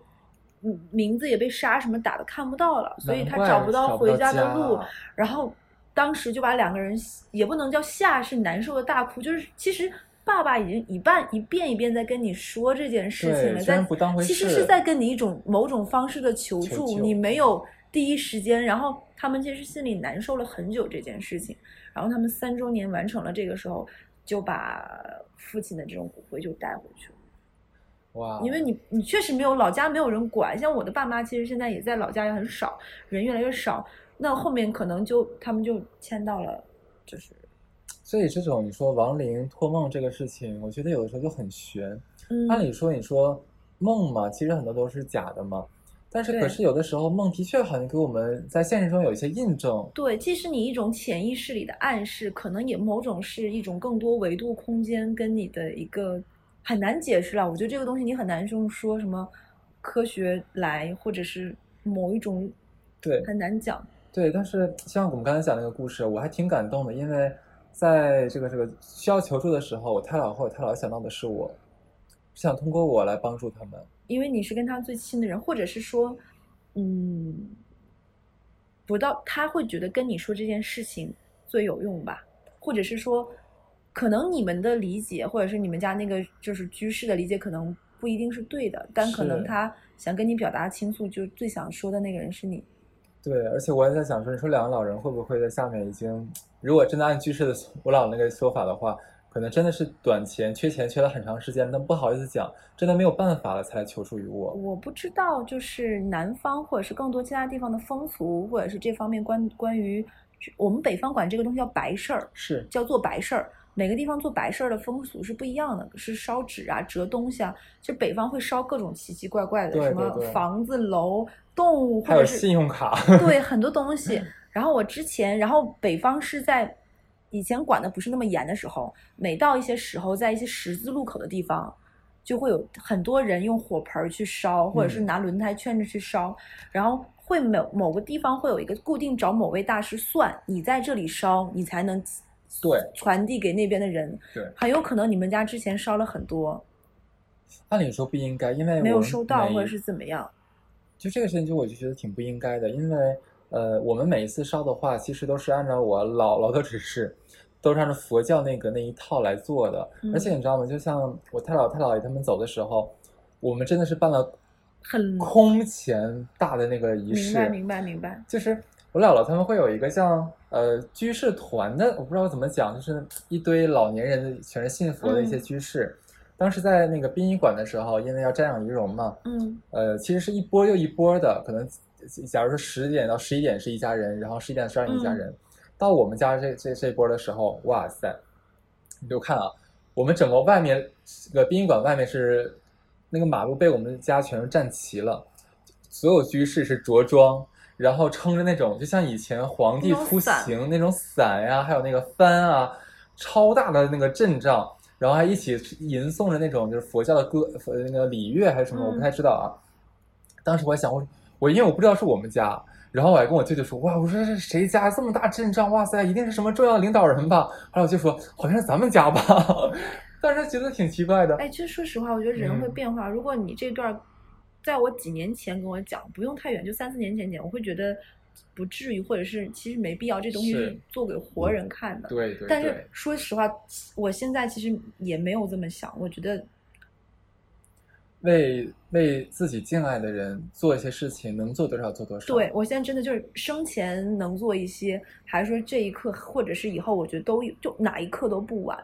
[SPEAKER 1] 嗯名字也被沙什么打的看不到了，所以
[SPEAKER 2] 难
[SPEAKER 1] 他
[SPEAKER 2] 怪
[SPEAKER 1] 找不到回
[SPEAKER 2] 家
[SPEAKER 1] 家的路，然后当时就把两个人也不能叫吓，是难受的大哭，就是其实。爸爸已经一半一遍一遍在跟你说这件事情了，
[SPEAKER 2] 对居
[SPEAKER 1] 在
[SPEAKER 2] 然不当回事
[SPEAKER 1] 其实是在跟你一种某种方式的求助，
[SPEAKER 2] 求救嗯
[SPEAKER 1] 你没有第一时间，然后他们其实心里难受了很久这件事情，然后他们三周年完成了这个时候，就把父亲的这种骨灰就带回去了。
[SPEAKER 2] 哇，
[SPEAKER 1] 因为你你确实没有老家没有人管，像我的爸妈其实现在也在老家也很少，人越来越少，那后面可能就他们就迁到了，就是
[SPEAKER 2] 所以这种你说亡灵托梦这个事情，我觉得有的时候就很悬。
[SPEAKER 1] 嗯
[SPEAKER 2] 按理说，你说梦嘛，其实很多都是假的嘛。但是
[SPEAKER 1] 对
[SPEAKER 2] 可是有的时候梦的确好像给我们在现实中有一些印证，
[SPEAKER 1] 对，既是你一种潜意识里的暗示，可能也某种是一种更多维度空间跟你的一个很难解释啦。我觉得这个东西你很难用说什么科学来，或者是某一种
[SPEAKER 2] 对，
[SPEAKER 1] 很难讲。
[SPEAKER 2] 对，但是像我们刚才讲那个故事，我还挺感动的，因为在这个这个需要求助的时候，我太姥或者太姥想到的是我，想通过我来帮助他们。
[SPEAKER 1] 因为你是跟他最亲的人，或者是说，嗯，不到他会觉得跟你说这件事情最有用吧，或者是说，可能你们的理解，或者是你们家那个就是居士的理解，可能不一定是对的，但可能
[SPEAKER 2] 是
[SPEAKER 1] 他想跟你表达倾诉，就最想说的那个人是你。
[SPEAKER 2] 对，而且我也在想说，你说两个老人会不会在下面已经，如果真的按居士的我姥那个说法的话，可能真的是短钱、缺钱缺了很长时间，但不好意思讲，真的没有办法了才来求助于我。
[SPEAKER 1] 我不知道，就是南方或者是更多其他地方的风俗，或者是这方面关关于我们北方管这个东西叫白事儿，
[SPEAKER 2] 是，
[SPEAKER 1] 叫做白事儿。每个地方做白事儿的风俗是不一样的，是烧纸啊、折东西啊。就北方会烧各种奇奇怪怪的，
[SPEAKER 2] 对
[SPEAKER 1] 什么
[SPEAKER 2] 对对
[SPEAKER 1] 房子、楼、动物，或
[SPEAKER 2] 还有
[SPEAKER 1] 者是
[SPEAKER 2] 信用卡，
[SPEAKER 1] 对很多东
[SPEAKER 2] 嗯
[SPEAKER 1] 西。然后我之前，然后北方是在以前管的不是那么严的时候，每到一些时候，在一些十字路口的地方，就会有很多人用火盆儿去烧，或者是
[SPEAKER 2] 嗯
[SPEAKER 1] 拿轮胎圈子去烧，然后会某某个地方会有一个固定找某位大师算，你在这里烧，你才能
[SPEAKER 2] 对
[SPEAKER 1] 传递给那边的人。
[SPEAKER 2] 对
[SPEAKER 1] 很有可能你们家之前烧了很多，
[SPEAKER 2] 按理说不应该，因为
[SPEAKER 1] 没有
[SPEAKER 2] 哎我们
[SPEAKER 1] 收到
[SPEAKER 2] 每
[SPEAKER 1] 或者是怎么样。
[SPEAKER 2] 就这个事情，就我就觉得挺不应该的，因为呃，我们每一次烧的话，其实都是按照我姥姥的指示，都是按照佛教那个那一套来做的。
[SPEAKER 1] 嗯
[SPEAKER 2] 而且你知道吗？就像我太姥太姥爷他们走的时候，我们真的是办了
[SPEAKER 1] 很
[SPEAKER 2] 空前大的那个仪
[SPEAKER 1] 明白，
[SPEAKER 2] 式，
[SPEAKER 1] 明白，明白。
[SPEAKER 2] 就是我姥姥他们会有一个像呃居士团的，我不知道怎么讲，就是一堆老年人全是信佛的一些
[SPEAKER 1] 嗯
[SPEAKER 2] 居士。当时在那个殡仪馆的时候，因为要瞻仰遗容嘛。
[SPEAKER 1] 嗯
[SPEAKER 2] 呃，其实是一波又一波的，可能假如说十点到十一点是一家人，然后十一点到十二点一家
[SPEAKER 1] 嗯
[SPEAKER 2] 人，到我们家这这这波的时候，哇塞，你就看啊，我们整个外面这个殡仪馆外面是那个马路被我们家全都占齐了，所有居士是着装。然后撑着那种，就像以前皇帝
[SPEAKER 1] 那种
[SPEAKER 2] 出
[SPEAKER 1] 伞
[SPEAKER 2] 行那种伞呀、还有那个幡啊，超大的那个阵仗，然后还一起吟诵着那种就是佛教的歌，佛那个礼乐还是什么，我不
[SPEAKER 1] 嗯
[SPEAKER 2] 太知道啊。当时我还想，我我因为我不知道是我们家，然后我还跟我舅舅说，哇，我说这是谁家这么大阵仗？哇塞，一定是什么重要领导人吧？后来我就说，好像是咱们家吧， 当时觉得挺奇怪的。
[SPEAKER 1] 哎，其实说实话，我觉得人会
[SPEAKER 2] 嗯
[SPEAKER 1] 变化。如果你这段儿，在我几年前跟我讲，不用太远，就三四年前讲，我会觉得不至于，或者是其实没必要。这东西
[SPEAKER 2] 是
[SPEAKER 1] 是做给活人看的。
[SPEAKER 2] 对对
[SPEAKER 1] 但是说实话，我现在其实也没有这么想。我觉得
[SPEAKER 2] 为为自己敬爱的人做一些事情，能做多少做多少。
[SPEAKER 1] 对，我现在真的就是生前能做一些，还是说这一刻或者是以后，我觉得都有，就哪一刻都不晚。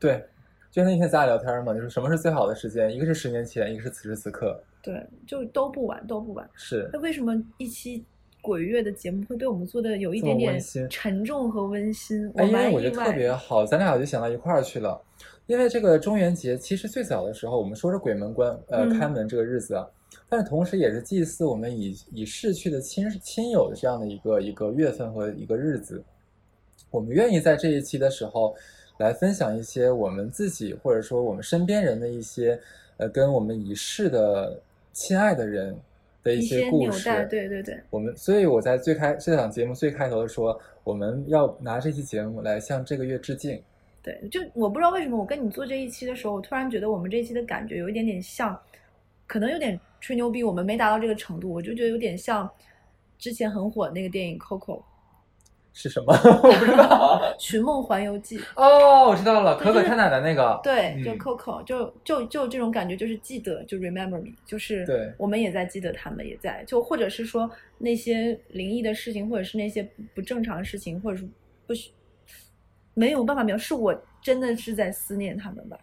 [SPEAKER 2] 对，就那天咱俩聊天嘛，就是什么是最好的时间？一个是十年前，一个是此时此刻。
[SPEAKER 1] 对，就都不晚，都不晚。
[SPEAKER 2] 是
[SPEAKER 1] 那为什么一期鬼月的节目会被我们做的有一
[SPEAKER 2] 这
[SPEAKER 1] 点
[SPEAKER 2] 么温
[SPEAKER 1] 点
[SPEAKER 2] 馨
[SPEAKER 1] 沉重和温馨？
[SPEAKER 2] 哎，因为
[SPEAKER 1] 蛮
[SPEAKER 2] 我觉
[SPEAKER 1] 意
[SPEAKER 2] 得特
[SPEAKER 1] 外
[SPEAKER 2] 别
[SPEAKER 1] 的。
[SPEAKER 2] 好，咱俩就想到一块儿去了。因为这个中元节，其实最早的时候，我们说是鬼门关呃
[SPEAKER 1] 嗯
[SPEAKER 2] 开门这个日子啊，但是同时也是祭祀我们已已逝去的亲亲友的这样的一个一个月份和一个日子。我们愿意在这一期的时候，来分享一些我们自己或者说我们身边人的一些呃跟我们已逝的亲爱的人的
[SPEAKER 1] 一
[SPEAKER 2] 些
[SPEAKER 1] 些
[SPEAKER 2] 故
[SPEAKER 1] 纽
[SPEAKER 2] 事。
[SPEAKER 1] 带，对对对，
[SPEAKER 2] 我们，所以我在最开这档节目最开头说，我们要拿这期节目来向这个月致敬。
[SPEAKER 1] 对，就我不知道为什么我跟你做这一期的时候，我突然觉得我们这一期的感觉有一点点像，可能有点吹牛逼，我们没达到这个程度，我就觉得有点像之前很火的那个电影《Coco
[SPEAKER 2] 是什么？ 我不知道。》
[SPEAKER 1] 《寻梦环游记》。
[SPEAKER 2] 哦，我知道了，
[SPEAKER 1] 对
[SPEAKER 2] 可可
[SPEAKER 1] 就是
[SPEAKER 2] 太奶奶那个。
[SPEAKER 1] 对，就
[SPEAKER 2] 嗯
[SPEAKER 1] Coco，、就就就这种感觉，就是记得，就 remember me，就是
[SPEAKER 2] 对
[SPEAKER 1] 我们也在记得，他们也在，就或者是说那些灵异的事情，或者是那些不不正常的事情，或者是不许没有办法描述，是我真的是在思念他们吧。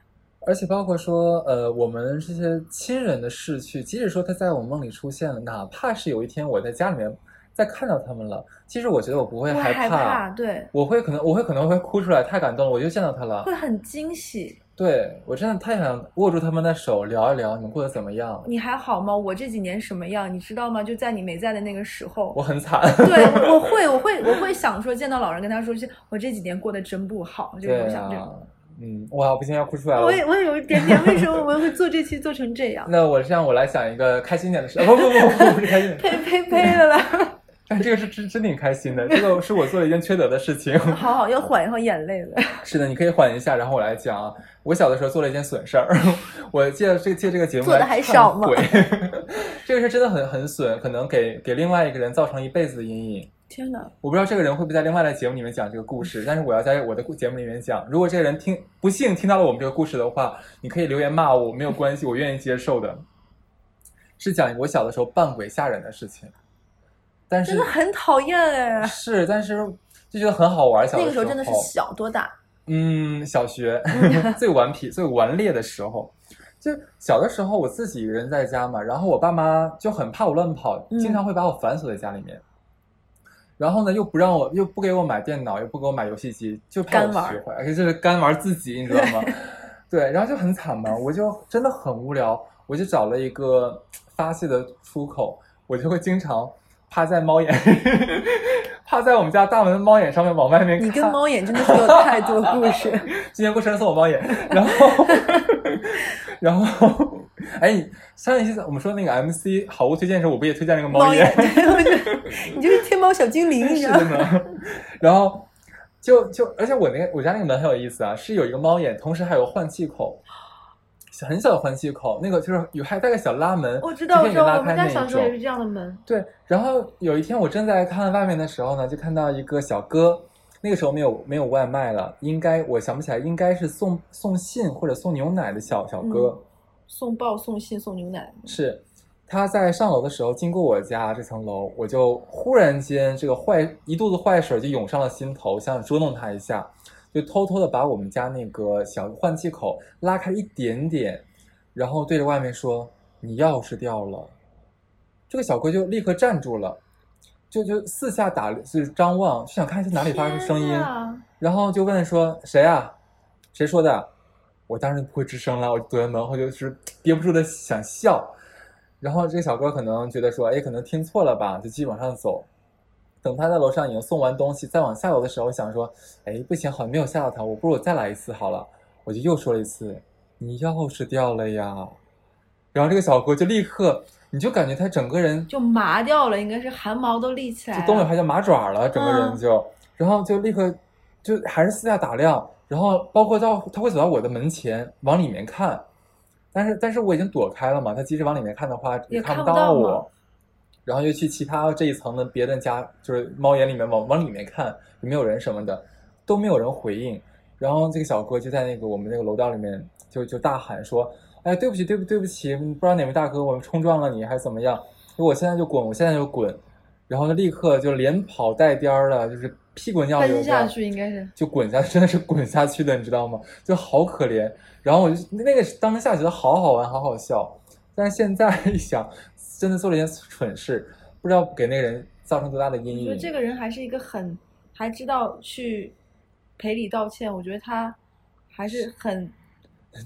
[SPEAKER 2] 而且包括说，呃，我们这些亲人的逝去，即使说他在我梦里出现了，哪怕是有一天我在家里面再看到他们了，其实我觉得我不会
[SPEAKER 1] 我
[SPEAKER 2] 害
[SPEAKER 1] 害怕，对，
[SPEAKER 2] 我会可能我会可能会哭出来，太感动了，我又见到他了。
[SPEAKER 1] 会很惊喜。
[SPEAKER 2] 对我真的太想握住他们的手聊一聊，你们过得怎么样？
[SPEAKER 1] 你还好吗？我这几年什么样，你知道吗？就在你没在的那个时候
[SPEAKER 2] 我，很惨，
[SPEAKER 1] 对，我会，我会，我会想说，见到老人跟他说，就我这几年过得真不好，就是
[SPEAKER 2] 对
[SPEAKER 1] 我想这样。
[SPEAKER 2] 啊，嗯，哇，不行，要哭出来了
[SPEAKER 1] 我。也我也有一点点，为什么我们会做这期做成这 样？
[SPEAKER 2] 那我让我来想一个开心点的事，啊不不不不不是开心点的事，
[SPEAKER 1] 呸呸呸的啦！
[SPEAKER 2] 但这个是真真挺开心的，这个是我做了一件缺德的 事情。
[SPEAKER 1] 好好要缓一缓眼泪了。
[SPEAKER 2] 是的，你可以缓一下，然后我来讲啊。我小的时候做了一件损事儿， 我借这借这个节目
[SPEAKER 1] 做得
[SPEAKER 2] 来
[SPEAKER 1] 还
[SPEAKER 2] 忏
[SPEAKER 1] 少吗
[SPEAKER 2] 悔？ 这个事真的很很损，可能给给另外一个人造成一辈子的阴影。
[SPEAKER 1] 天哪！
[SPEAKER 2] 我不知道这个人会不会在另外的节目里面讲这个故事，但是我要在我的故节目里面讲。如果这个人听不幸听到了我们这个故事的话，你可以留言骂我，没有关系，我愿意接受的。是讲我小的时候扮鬼吓人的事情，但
[SPEAKER 1] 真
[SPEAKER 2] 是
[SPEAKER 1] 的很讨厌哎。
[SPEAKER 2] 是但是就觉得很好玩。小
[SPEAKER 1] 那
[SPEAKER 2] 的
[SPEAKER 1] 个时候真的是小多大？
[SPEAKER 2] 嗯，小学 最顽皮、最顽劣的时候，就小的时候我自己一个人在家嘛，然后我爸妈就很怕我乱跑，
[SPEAKER 1] 嗯
[SPEAKER 2] 经常会把我反锁在家里面。然后呢，又不让我，又不给我买电脑，又不给我买游戏机，就怕我
[SPEAKER 1] 干玩
[SPEAKER 2] 学坏，而且就是干玩自己，你知道 吗？对，然后就很惨嘛，我就真的很无聊，我就找了一个发泄的出口，我就会经常趴在猫眼， 趴在我们家大门的猫眼上面往外面看。
[SPEAKER 1] 你跟猫眼真的是有太多故事。
[SPEAKER 2] 今天过生日送我猫眼，然后， 然后，哎，你上一期我们说那个 MC 好物推荐的时候，我不也推荐了一个猫
[SPEAKER 1] 眼
[SPEAKER 2] 眼？，
[SPEAKER 1] 对，我就你就是天猫小精灵，你知
[SPEAKER 2] 是
[SPEAKER 1] 道
[SPEAKER 2] 的
[SPEAKER 1] 吗？
[SPEAKER 2] 呢。然后就就，而且我那个我家那个门很有意思啊，是有一个猫眼，同时还有换气口，小很小的换气口，那个就是有还带个小拉门，
[SPEAKER 1] 我知道，我
[SPEAKER 2] 就可以
[SPEAKER 1] 知
[SPEAKER 2] 给
[SPEAKER 1] 道，
[SPEAKER 2] 你拉
[SPEAKER 1] 我们
[SPEAKER 2] 开
[SPEAKER 1] 家
[SPEAKER 2] 那一
[SPEAKER 1] 小时候也
[SPEAKER 2] 种
[SPEAKER 1] 是这样的门。
[SPEAKER 2] 对，然后有一天我正在看外面的时候呢，就看到一个小哥，那个时候没有没有外卖了，应该我想不起来，应该是送送信或者送牛奶的小小哥，
[SPEAKER 1] 送报、送信、送牛奶，
[SPEAKER 2] 是他在上楼的时候经过我家这层楼，我就忽然间这个坏一肚子坏水就涌上了心头，想捉弄他一下，就偷偷的把我们家那个小换气口拉开一点点，然后对着外面说：“你钥匙掉了。”这个小哥就立刻站住了，就就四下打就是张望，就想看一下哪里发出声音。
[SPEAKER 1] 天啊
[SPEAKER 2] 然后就问说谁啊？谁说的？啊我当然不会吱声了，我躲在门后就是憋不住的想笑。然后这个小哥可能觉得说，哎，可能听错了吧，就继续往上走。等他在楼上已经送完东西，再往下楼的时候，想说，哎，不行，好像没有吓到他，我不如我再来一次好了。我就又说了一次，你钥匙掉了呀。然后这个小哥就立刻，你就感觉他整个人
[SPEAKER 1] 就麻掉了，应该是汗毛都立起来
[SPEAKER 2] 就
[SPEAKER 1] 了。
[SPEAKER 2] 东北话叫麻爪了，整个人
[SPEAKER 1] 嗯
[SPEAKER 2] 就，然后就立刻就还是四下打量，然后包括到他会走到我的门前往里面看，但是但是我已经躲开了嘛，他即使往里面看的话
[SPEAKER 1] 也
[SPEAKER 2] 看
[SPEAKER 1] 看
[SPEAKER 2] 不
[SPEAKER 1] 不到嘛
[SPEAKER 2] 我，然后又去其他这一层的别的家，就是猫眼里面往往里面看，有没有人什么的，都没有人回应，然后这个小哥就在那个我们那个楼道里面就就大喊说：“哎，对不起，对不对不起，不知道哪位大哥我们冲撞了你还是怎么样？我现在就滚，我现在就滚。”然后他立刻就连跑带颠儿的，就是屁滚尿流
[SPEAKER 1] 喷
[SPEAKER 2] 的
[SPEAKER 1] 下去应该是。
[SPEAKER 2] 就滚下去， 真的是滚下去的，你知道吗？就好可怜。然后我就那个当下觉得好好玩，好好笑，但是现在一想，真的做了一件蠢事，不知道给那个人造成多大的阴
[SPEAKER 1] 我觉得
[SPEAKER 2] 影。
[SPEAKER 1] 这个人还是一个很还知道去赔礼道歉，我觉得他还是很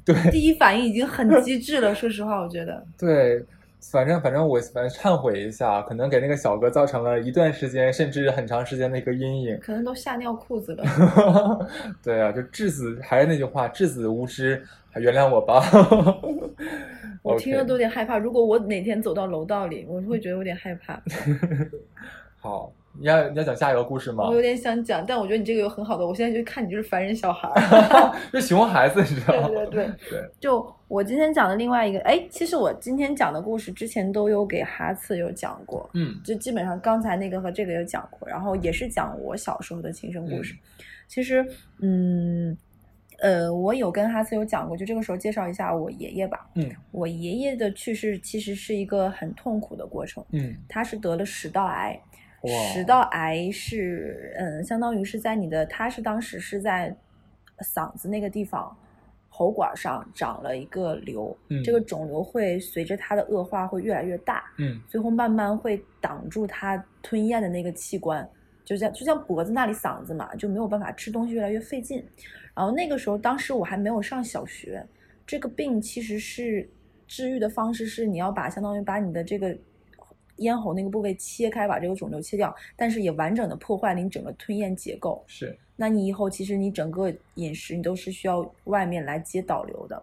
[SPEAKER 2] 对
[SPEAKER 1] 第一反应已经很机智了。说实话，我觉得
[SPEAKER 2] 对，反正反正我反正忏悔一下，可能给那个小哥造成了一段时间甚至很长时间的一个阴影。
[SPEAKER 1] 可能都吓尿裤子了。
[SPEAKER 2] 对啊，就至死还是那句话，至死无知，原谅我吧。
[SPEAKER 1] 我听着
[SPEAKER 2] OK
[SPEAKER 1] 都有点害怕。如果我哪天走到楼道里，我会觉得有点害怕。
[SPEAKER 2] 好，你要你要讲下一个故事吗？
[SPEAKER 1] 我有点想讲，但我觉得你这个有很好的。我现在就看你就是凡人小孩儿。
[SPEAKER 2] 就熊孩子，你知道
[SPEAKER 1] 对
[SPEAKER 2] 吗？
[SPEAKER 1] 对对。
[SPEAKER 2] 对
[SPEAKER 1] 就我今天讲的另外一个，哎，其实我今天讲的故事之前都有给哈次有讲过。
[SPEAKER 2] 嗯
[SPEAKER 1] 就基本上刚才那个和这个有讲过，然后也是讲我小时候的亲身故事。其实，嗯，呃，我有跟哈斯有讲过，就这个时候介绍一下我爷爷吧。
[SPEAKER 2] 嗯
[SPEAKER 1] 我爷爷的去世其实是一个很痛苦的过程，
[SPEAKER 2] 嗯，
[SPEAKER 1] 他是得了食道癌。
[SPEAKER 2] 哇哦
[SPEAKER 1] 食道癌是，嗯，相当于是在你的，他是当时是在嗓子那个地方。喉管上长了一个瘤，
[SPEAKER 2] 嗯
[SPEAKER 1] 这个肿瘤会随着它的恶化会越来越大，
[SPEAKER 2] 嗯
[SPEAKER 1] 最后慢慢会挡住它吞咽的那个器官，就像就像脖子那里、嗓子嘛，就没有办法吃东西，越来越费劲。然后那个时候，当时我还没有上小学，这个病其实是治愈的方式是你要把相当于把你的这个咽喉那个部位切开，把这个肿瘤切掉，但是也完整的破坏了你整个吞咽结构。
[SPEAKER 2] 是
[SPEAKER 1] 那你以后其实你整个饮食你都是需要外面来接导流的。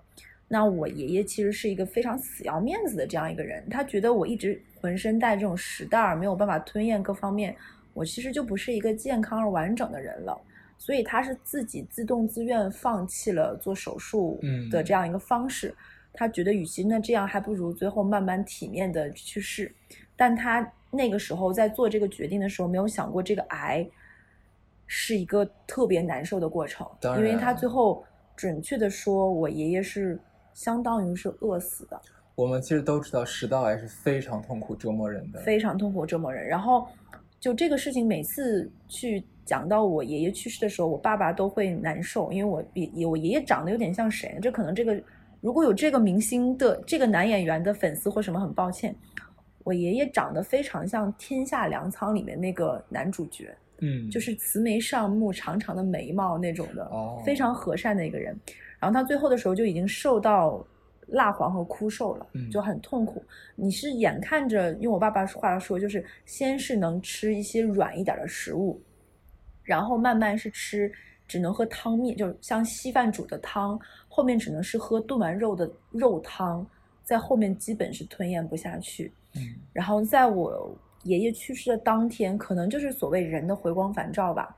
[SPEAKER 1] 那我爷爷其实是一个非常死要面子的这样一个人，他觉得我一直浑身带这种食袋儿，没有办法吞咽各方面，我其实就不是一个健康而完整的人了。所以他是自己自动自愿放弃了做手术
[SPEAKER 2] 嗯
[SPEAKER 1] 的这样一个方式。他觉得，与其那这样，还不如最后慢慢体面的去试。但他那个时候在做这个决定的时候，没有想过这个癌是一个特别难受的过程，
[SPEAKER 2] 当
[SPEAKER 1] 因为
[SPEAKER 2] 然
[SPEAKER 1] 他最后准确的说，我爷爷是相当于是饿死的，
[SPEAKER 2] 我们其实都知道食道癌是非常痛苦折磨人的，
[SPEAKER 1] 非常痛苦折磨人。然后就这个事情，每次去讲到我爷爷去世的时候，我爸爸都会难受，因为我比我爷爷长得有点像谁呢？这可能这个如果有这个明星的这个男演员的粉丝或什么，很抱歉，我爷爷长得非常像《天下粮仓》里面那个男主角。
[SPEAKER 2] 嗯，
[SPEAKER 1] 就是慈眉善目、长长的眉毛那种的，
[SPEAKER 2] 哦
[SPEAKER 1] 非常和善的一个人。然后他最后的时候就已经受到蜡黄和枯瘦了，
[SPEAKER 2] 嗯
[SPEAKER 1] 就很痛苦。你是眼看着，用我爸爸话说，就是先是能吃一些软一点的食物，然后慢慢是吃只能喝汤面，就是像稀饭煮的汤，后面只能是喝炖完肉的肉汤，在后面基本是吞咽不下去。
[SPEAKER 2] 嗯
[SPEAKER 1] 然后在我爷爷去世的当天，可能就是所谓人的回光返照吧。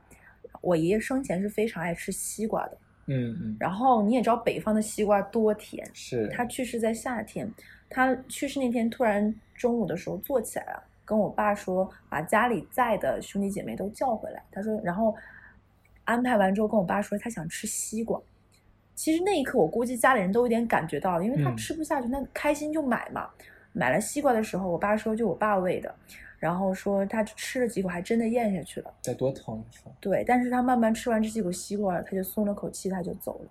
[SPEAKER 1] 我爷爷生前是非常爱吃西瓜的，
[SPEAKER 2] 嗯嗯，
[SPEAKER 1] 然后你也知道北方的西瓜多甜，
[SPEAKER 2] 是
[SPEAKER 1] 他去世在夏天，他去世那天突然中午的时候坐起来了，跟我爸说把家里在的兄弟姐妹都叫回来。他说，然后安排完之后跟我爸说他想吃西瓜。其实那一刻我估计家里人都有点感觉到了，因为他
[SPEAKER 2] 嗯
[SPEAKER 1] 吃不下去，那开心就买嘛。买了西瓜的时候，我爸说就我爸喂的，然后说他吃了几口还真的咽下去了。
[SPEAKER 2] 得多疼是吧？
[SPEAKER 1] 对，但是他慢慢吃完这几口西瓜，他就松了口气，他就走了。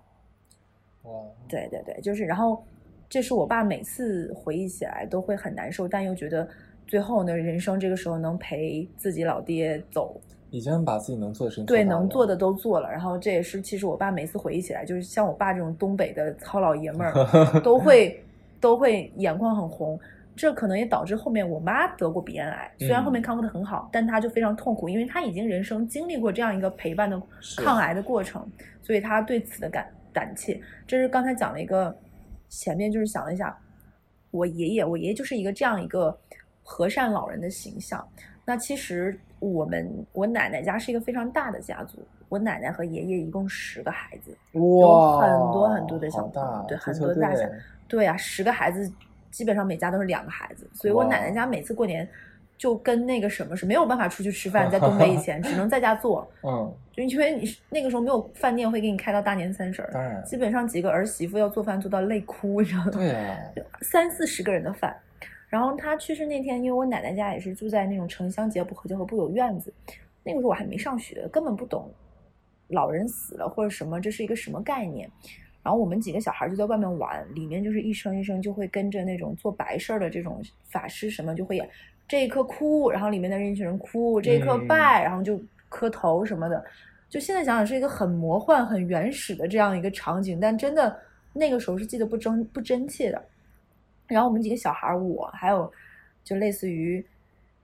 [SPEAKER 2] 哇，
[SPEAKER 1] 对对对，就是，然后这是我爸每次回忆起来都会很难受，但又觉得最后呢，人生这个时候能陪自己老爹走，
[SPEAKER 2] 已经把自己能做的事情
[SPEAKER 1] 对，
[SPEAKER 2] 到
[SPEAKER 1] 能
[SPEAKER 2] 了
[SPEAKER 1] 做的都做了。然后这也是，其实我爸每次回忆起来，就是像我爸这种东北的糙老爷们 儿，都会都会眼眶很红。这可能也导致后面我妈得过鼻咽癌，虽然后
[SPEAKER 2] 嗯
[SPEAKER 1] 面康复的很好，但她就非常痛苦，因为她已经人生经历过这样一个陪伴的
[SPEAKER 2] 是
[SPEAKER 1] 抗癌的过程，所以他对此的感胆怯。这是刚才讲了一个，前面就是想了一下，我爷爷，我爷爷就是一个这样一个和善老人的形象。那其实我们我奶奶家是一个非常大的家族，我奶奶和爷爷一共十个孩子，
[SPEAKER 2] 哇，
[SPEAKER 1] 很多很多的小
[SPEAKER 2] 好
[SPEAKER 1] 朋友
[SPEAKER 2] 大
[SPEAKER 1] 对
[SPEAKER 2] 足
[SPEAKER 1] 很
[SPEAKER 2] 球
[SPEAKER 1] 多大
[SPEAKER 2] 队
[SPEAKER 1] 小对啊，十个孩子基本上每家都是两个孩子，所以我奶奶家每次过年就跟那个什么是没有办法出去吃饭，在东北以前只能在家做。
[SPEAKER 2] 嗯，
[SPEAKER 1] 就因为你是那个时候没有饭店会给你开到大年三十
[SPEAKER 2] 当
[SPEAKER 1] 儿，
[SPEAKER 2] 然
[SPEAKER 1] 基本上几个儿媳妇要做饭做到累哭，你知道吗？
[SPEAKER 2] 对啊，
[SPEAKER 1] 三四十个人的饭。然后他去世那天，因为我奶奶家也是住在那种城乡结合结合部有院子，那个时候我还没上学，根本不懂老人死了或者什么，这是一个什么概念。然后我们几个小孩就在外面玩，里面就是一声一声就会跟着那种做白事儿的这种法师什么就会演这一刻哭，然后里面的人一群人哭，这一刻
[SPEAKER 2] 嗯
[SPEAKER 1] 拜，然后就磕头什么的。就现在想想是一个很魔幻、很原始的这样一个场景，但真的那个时候是记得不真不真切的。然后我们几个小孩儿，我还有就类似于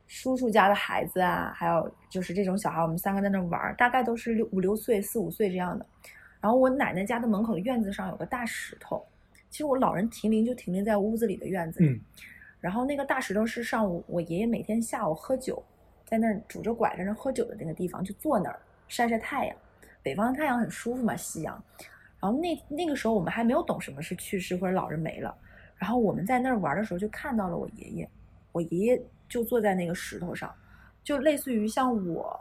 [SPEAKER 1] 叔叔家的孩子啊，还有就是这种小孩儿，我们三个在那玩儿，大概都是六五六岁、四五岁这样的。然后我奶奶家的门口的院子上有个大石头，其实我老人停灵就停灵在屋子里的院子里。
[SPEAKER 2] 嗯
[SPEAKER 1] 然后那个大石头是上午我爷爷每天下午喝酒，在那儿拄着拐在那儿喝酒的那个地方，就坐那儿晒晒太阳。北方太阳很舒服嘛，夕阳。然后那那个时候我们还没有懂什么是去世或者老人没了。然后我们在那儿玩的时候就看到了我爷爷，我爷爷就坐在那个石头上，就类似于像我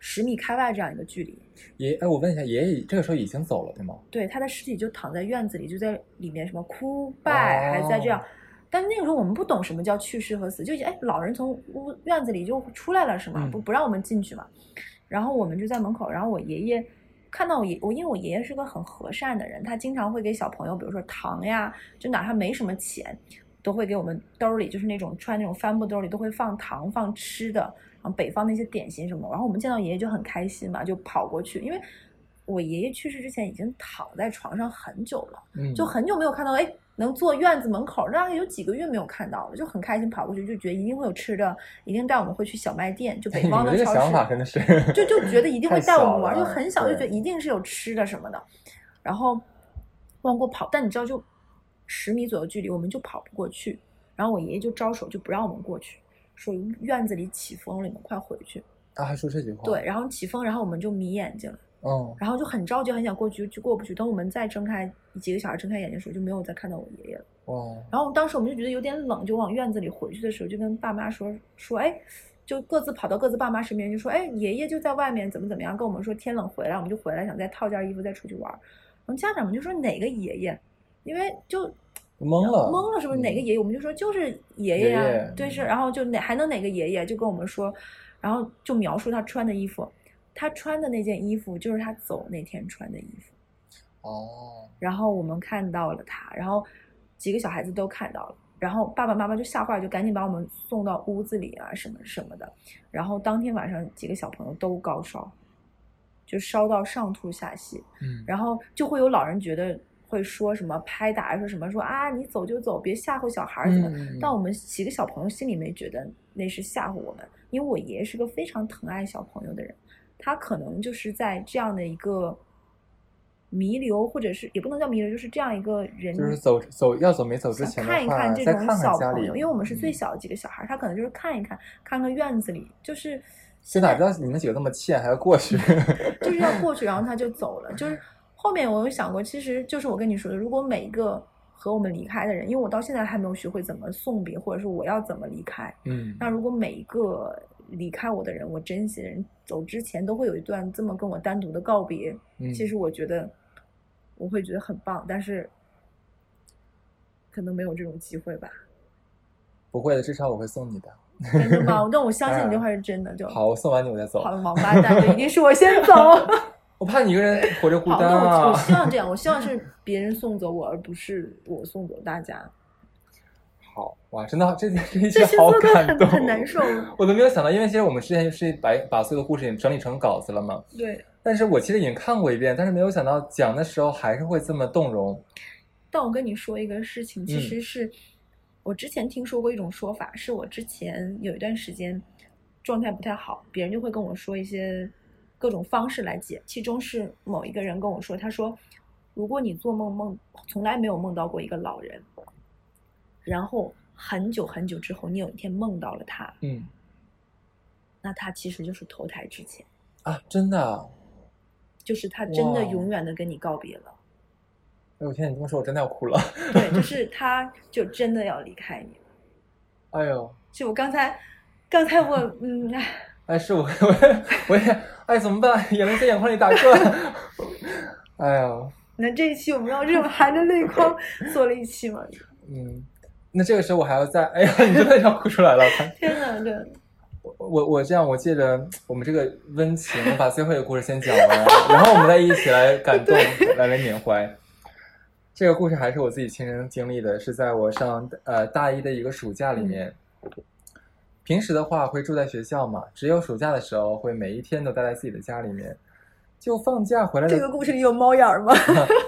[SPEAKER 1] 十米开外这样一个距离。
[SPEAKER 2] 爷哎，我问一下，爷爷这个时候已经走了对吗？
[SPEAKER 1] 对，他的尸体就躺在院子里，就在里面什么哭拜，还在这样
[SPEAKER 2] 哦。
[SPEAKER 1] 但那个时候我们不懂什么叫去世和死，就哎，老人从屋院子里就出来了是吗？
[SPEAKER 2] 嗯
[SPEAKER 1] 不不让我们进去嘛。然后我们就在门口，然后我爷爷看到我爷我，因为我爷爷是个很和善的人，他经常会给小朋友，比如说糖呀，就哪怕没什么钱，都会给我们兜里，就是那种穿那种帆布兜里都会放糖放吃的，然后北方那些点心什么。然后我们见到爷爷就很开心嘛，就跑过去，因为我爷爷去世之前已经躺在床上很久了，
[SPEAKER 2] 嗯，
[SPEAKER 1] 就很久没有看到哎能坐院子门口，那有几个月没有看到了，就很开心跑过去，就觉得一定会有吃的，一定带我们会去小卖店， 就北
[SPEAKER 2] 你
[SPEAKER 1] 方
[SPEAKER 2] 们
[SPEAKER 1] 的
[SPEAKER 2] 这个
[SPEAKER 1] 超
[SPEAKER 2] 想
[SPEAKER 1] 市
[SPEAKER 2] 法。真的是，
[SPEAKER 1] 就就觉得一定会
[SPEAKER 2] 太
[SPEAKER 1] 带我
[SPEAKER 2] 小
[SPEAKER 1] 们玩儿，就
[SPEAKER 2] 了
[SPEAKER 1] 很小就觉得
[SPEAKER 2] 对
[SPEAKER 1] 一定是有吃的什么的，然后往过跑，但你知道就十米左右距离我们就跑不过去，然后我爷爷就招手就不让我们过去，说院子里起风了，你们快回去。
[SPEAKER 2] 啊，还说这句话，
[SPEAKER 1] 对，，然后起风，然后我们就迷眼睛了，
[SPEAKER 2] 嗯，
[SPEAKER 1] 然后就很着急，很想过去，就过不去。等我们再睁开几个小孩睁开眼睛的时候，就没有再看到我爷爷了。
[SPEAKER 2] 哇，
[SPEAKER 1] 然后当时我们就觉得有点冷，就往院子里回去的时候，就跟爸妈说说，哎，就各自跑到各自爸妈身边，就说，哎，爷爷就在外面，怎么怎么样，跟我们说天冷回来，我们就回来，想再套件衣服再出去玩儿。然后家长们就说哪个爷爷，因为就
[SPEAKER 2] 懵了，
[SPEAKER 1] 懵了，是不是哪个
[SPEAKER 2] 嗯
[SPEAKER 1] 爷爷？我们就说就是爷
[SPEAKER 2] 爷
[SPEAKER 1] 呀、
[SPEAKER 2] 爷
[SPEAKER 1] 对是，
[SPEAKER 2] 嗯
[SPEAKER 1] 然后就哪还能哪个爷爷就跟我们说，然后就描述他穿的衣服，他穿的那件衣服就是他走那天穿的衣服。
[SPEAKER 2] 哦，
[SPEAKER 1] 然后我们看到了他，然后几个小孩子都看到了，然后爸爸妈妈就吓坏了，就赶紧把我们送到屋子里啊什么什么的。然后当天晚上几个小朋友都高烧，就烧到上吐下泻，
[SPEAKER 2] 嗯，
[SPEAKER 1] 然后就会有老人觉得会说什么拍打，说什么说啊你走就走，别吓唬小孩儿怎么。
[SPEAKER 2] 嗯
[SPEAKER 1] 但我们几个小朋友心里没觉得那是吓唬我们，因为我爷爷是个非常疼爱小朋友的人，他可能就是在这样的一个弥留，或者是也不能叫弥留，就是这样一个人，
[SPEAKER 2] 就是走走要走没走之
[SPEAKER 1] 想
[SPEAKER 2] 前的
[SPEAKER 1] 看一
[SPEAKER 2] 话
[SPEAKER 1] 看这
[SPEAKER 2] 再
[SPEAKER 1] 种
[SPEAKER 2] 看
[SPEAKER 1] 小
[SPEAKER 2] 看家
[SPEAKER 1] 朋
[SPEAKER 2] 里，
[SPEAKER 1] 友，因为我们是最
[SPEAKER 2] 嗯。
[SPEAKER 1] 小的几个小孩儿，他可能就是看一看，看看院子里，就是
[SPEAKER 2] 这哪知道你们几个那么欠，还要过去？
[SPEAKER 1] 就是要过去，然后他就走了。就是后面我有想过，其实就是我跟你说的，如果每一个和我们离开的人，因为我到现在还没有学会怎么送别，或者是我要怎么离开。
[SPEAKER 2] 嗯，
[SPEAKER 1] 那如果每一个离开我的人，我珍惜的人走之前，都会有一段这么跟我单独的告别，
[SPEAKER 2] 嗯
[SPEAKER 1] 其实我觉得我会觉得很棒，但是可能没有这种机 会吧。
[SPEAKER 2] 不会的，至少我会送你的。
[SPEAKER 1] 真的吗？但我相信你这
[SPEAKER 2] 当然
[SPEAKER 1] 话是真的，就
[SPEAKER 2] 好，我送完你我再走
[SPEAKER 1] 好，王八蛋，就一定是我先走。
[SPEAKER 2] 我怕你一个人活着孤
[SPEAKER 1] 好，
[SPEAKER 2] 单
[SPEAKER 1] 那我我
[SPEAKER 2] 啊。
[SPEAKER 1] 希望这样，我希望是别人送走我，而不是我送走大家。
[SPEAKER 2] 好哇，真的，这 这一
[SPEAKER 1] 这
[SPEAKER 2] 期
[SPEAKER 1] 是
[SPEAKER 2] 好
[SPEAKER 1] 做的
[SPEAKER 2] 感
[SPEAKER 1] 很
[SPEAKER 2] 动，
[SPEAKER 1] 很难受。
[SPEAKER 2] 我都没有想到，因为其实我们之前就是把把所有的故事也整理成稿子了嘛，
[SPEAKER 1] 对，
[SPEAKER 2] 但是我其实已经看过一遍，但是没有想到讲的时候还是会这么动容。
[SPEAKER 1] 但我跟你说一个事情，其
[SPEAKER 2] 嗯
[SPEAKER 1] 实是、我之前听说过一种说法，是我之前有一段时间状态不太好，别人就会跟我说一些各种方式来解，其中是某一个人跟我说，他说如果你做梦梦从来没有梦到过一个老人，然后很久很久之后，你有一天梦到了他，
[SPEAKER 2] 嗯
[SPEAKER 1] 那他其实就是投胎之前，
[SPEAKER 2] 啊，真的啊，
[SPEAKER 1] 就是他真的
[SPEAKER 2] 哇哦
[SPEAKER 1] 永远的跟你告别了。
[SPEAKER 2] 哎呦天，你这么说我真的要哭了。
[SPEAKER 1] 对， 就是他就真的要离开你了。
[SPEAKER 2] 哎呦，
[SPEAKER 1] 就我刚才，刚才我嗯，唉
[SPEAKER 2] 哎，是我我也我也哎怎么办？眼泪在眼眶里打转。 哎呀，
[SPEAKER 1] 那这一期我们要热含着泪眶做了一期嘛？
[SPEAKER 2] 嗯，那这个时候我还要再，哎呀，你真的要哭出来了。
[SPEAKER 1] 天哪， 这
[SPEAKER 2] 我我我这样，我借着我们这个温情，我把最后一个故事先讲完，然后我们再一起来感动，来来缅怀。这个故事还是我自己亲身经历的，是在我上呃大一的一个暑假
[SPEAKER 1] 嗯
[SPEAKER 2] 里面。平时的话会住在学校嘛，只有暑假的时候会每一天都待在自己的家里面。就放假回来的
[SPEAKER 1] 这个故事里有猫眼儿吗？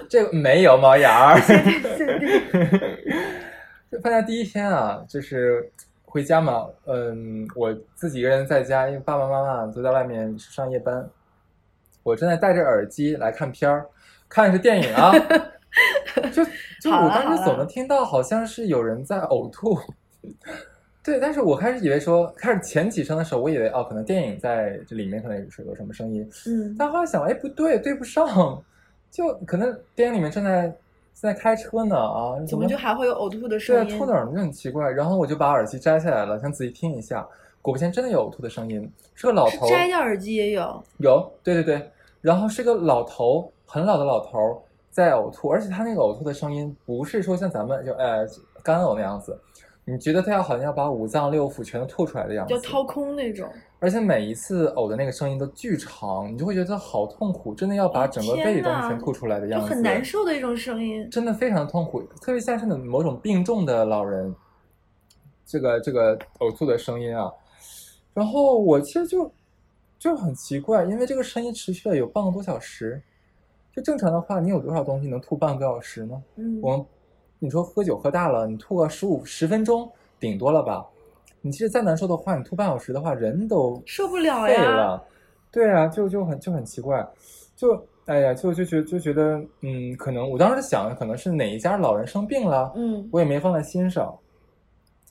[SPEAKER 2] 这个没有猫眼儿。
[SPEAKER 1] 是的
[SPEAKER 2] 就放假第一天啊，就是回家嘛，嗯，我自己一个人在家，因为爸爸妈妈都在外面上夜班，我正在戴着耳机来看片儿，看的是电影啊， 就就
[SPEAKER 1] 好
[SPEAKER 2] 我
[SPEAKER 1] 了
[SPEAKER 2] 当
[SPEAKER 1] 好啊
[SPEAKER 2] 时总
[SPEAKER 1] 了
[SPEAKER 2] 能听到好像是有人在呕吐， 对，但是我开始以为说，开始前几声的时候，我以为哦，可能电影在这里面可能有有什么声音，
[SPEAKER 1] 嗯，
[SPEAKER 2] 但后来想，哎，不对，对不上，就可能电影里面正在正在开车呢啊，
[SPEAKER 1] 怎么就还会有呕吐的
[SPEAKER 2] 对，啊
[SPEAKER 1] 声音
[SPEAKER 2] 吐？哪儿呢？就很奇怪。然后我就把耳机摘下来了，想仔细听一下。果不其然，真的有呕吐的声音，是个老
[SPEAKER 1] 是
[SPEAKER 2] 头，
[SPEAKER 1] 摘掉耳机也有，
[SPEAKER 2] 有，对对对。然后是个老头，很老的老头在呕吐，而且他那个呕吐的声音不是说像咱们就哎干呕那样子，你觉得他要好像要把五脏六腑全都吐出来的样子
[SPEAKER 1] 就，掏空那种，
[SPEAKER 2] 而且每一次呕的那个声音都巨长，你就会觉得好痛苦，真的要把整个
[SPEAKER 1] 哦天
[SPEAKER 2] 胃都
[SPEAKER 1] 呐
[SPEAKER 2] 全吐出来的
[SPEAKER 1] 就
[SPEAKER 2] 样子，
[SPEAKER 1] 很难受的一种声音。
[SPEAKER 2] 真的非常痛苦，特别像是某种病重的老人，这个这个呕吐的声音啊。然后我其实就就很奇怪，因为这个声音持续了有半个多小时，就正常的话，你有多少东西能吐半个多小时呢？
[SPEAKER 1] 嗯，
[SPEAKER 2] 我们你说喝酒喝大了，你吐个十五十分钟顶多了吧？你其实再难受的话，你吐半小时的话，人都
[SPEAKER 1] 受不了
[SPEAKER 2] 废
[SPEAKER 1] 呀。
[SPEAKER 2] 了。对啊，就就很就很奇怪，就哎呀，就就觉就觉得，嗯，可能我当时想，可能是哪一家老人生病了，
[SPEAKER 1] 嗯，
[SPEAKER 2] 我也没放在心上。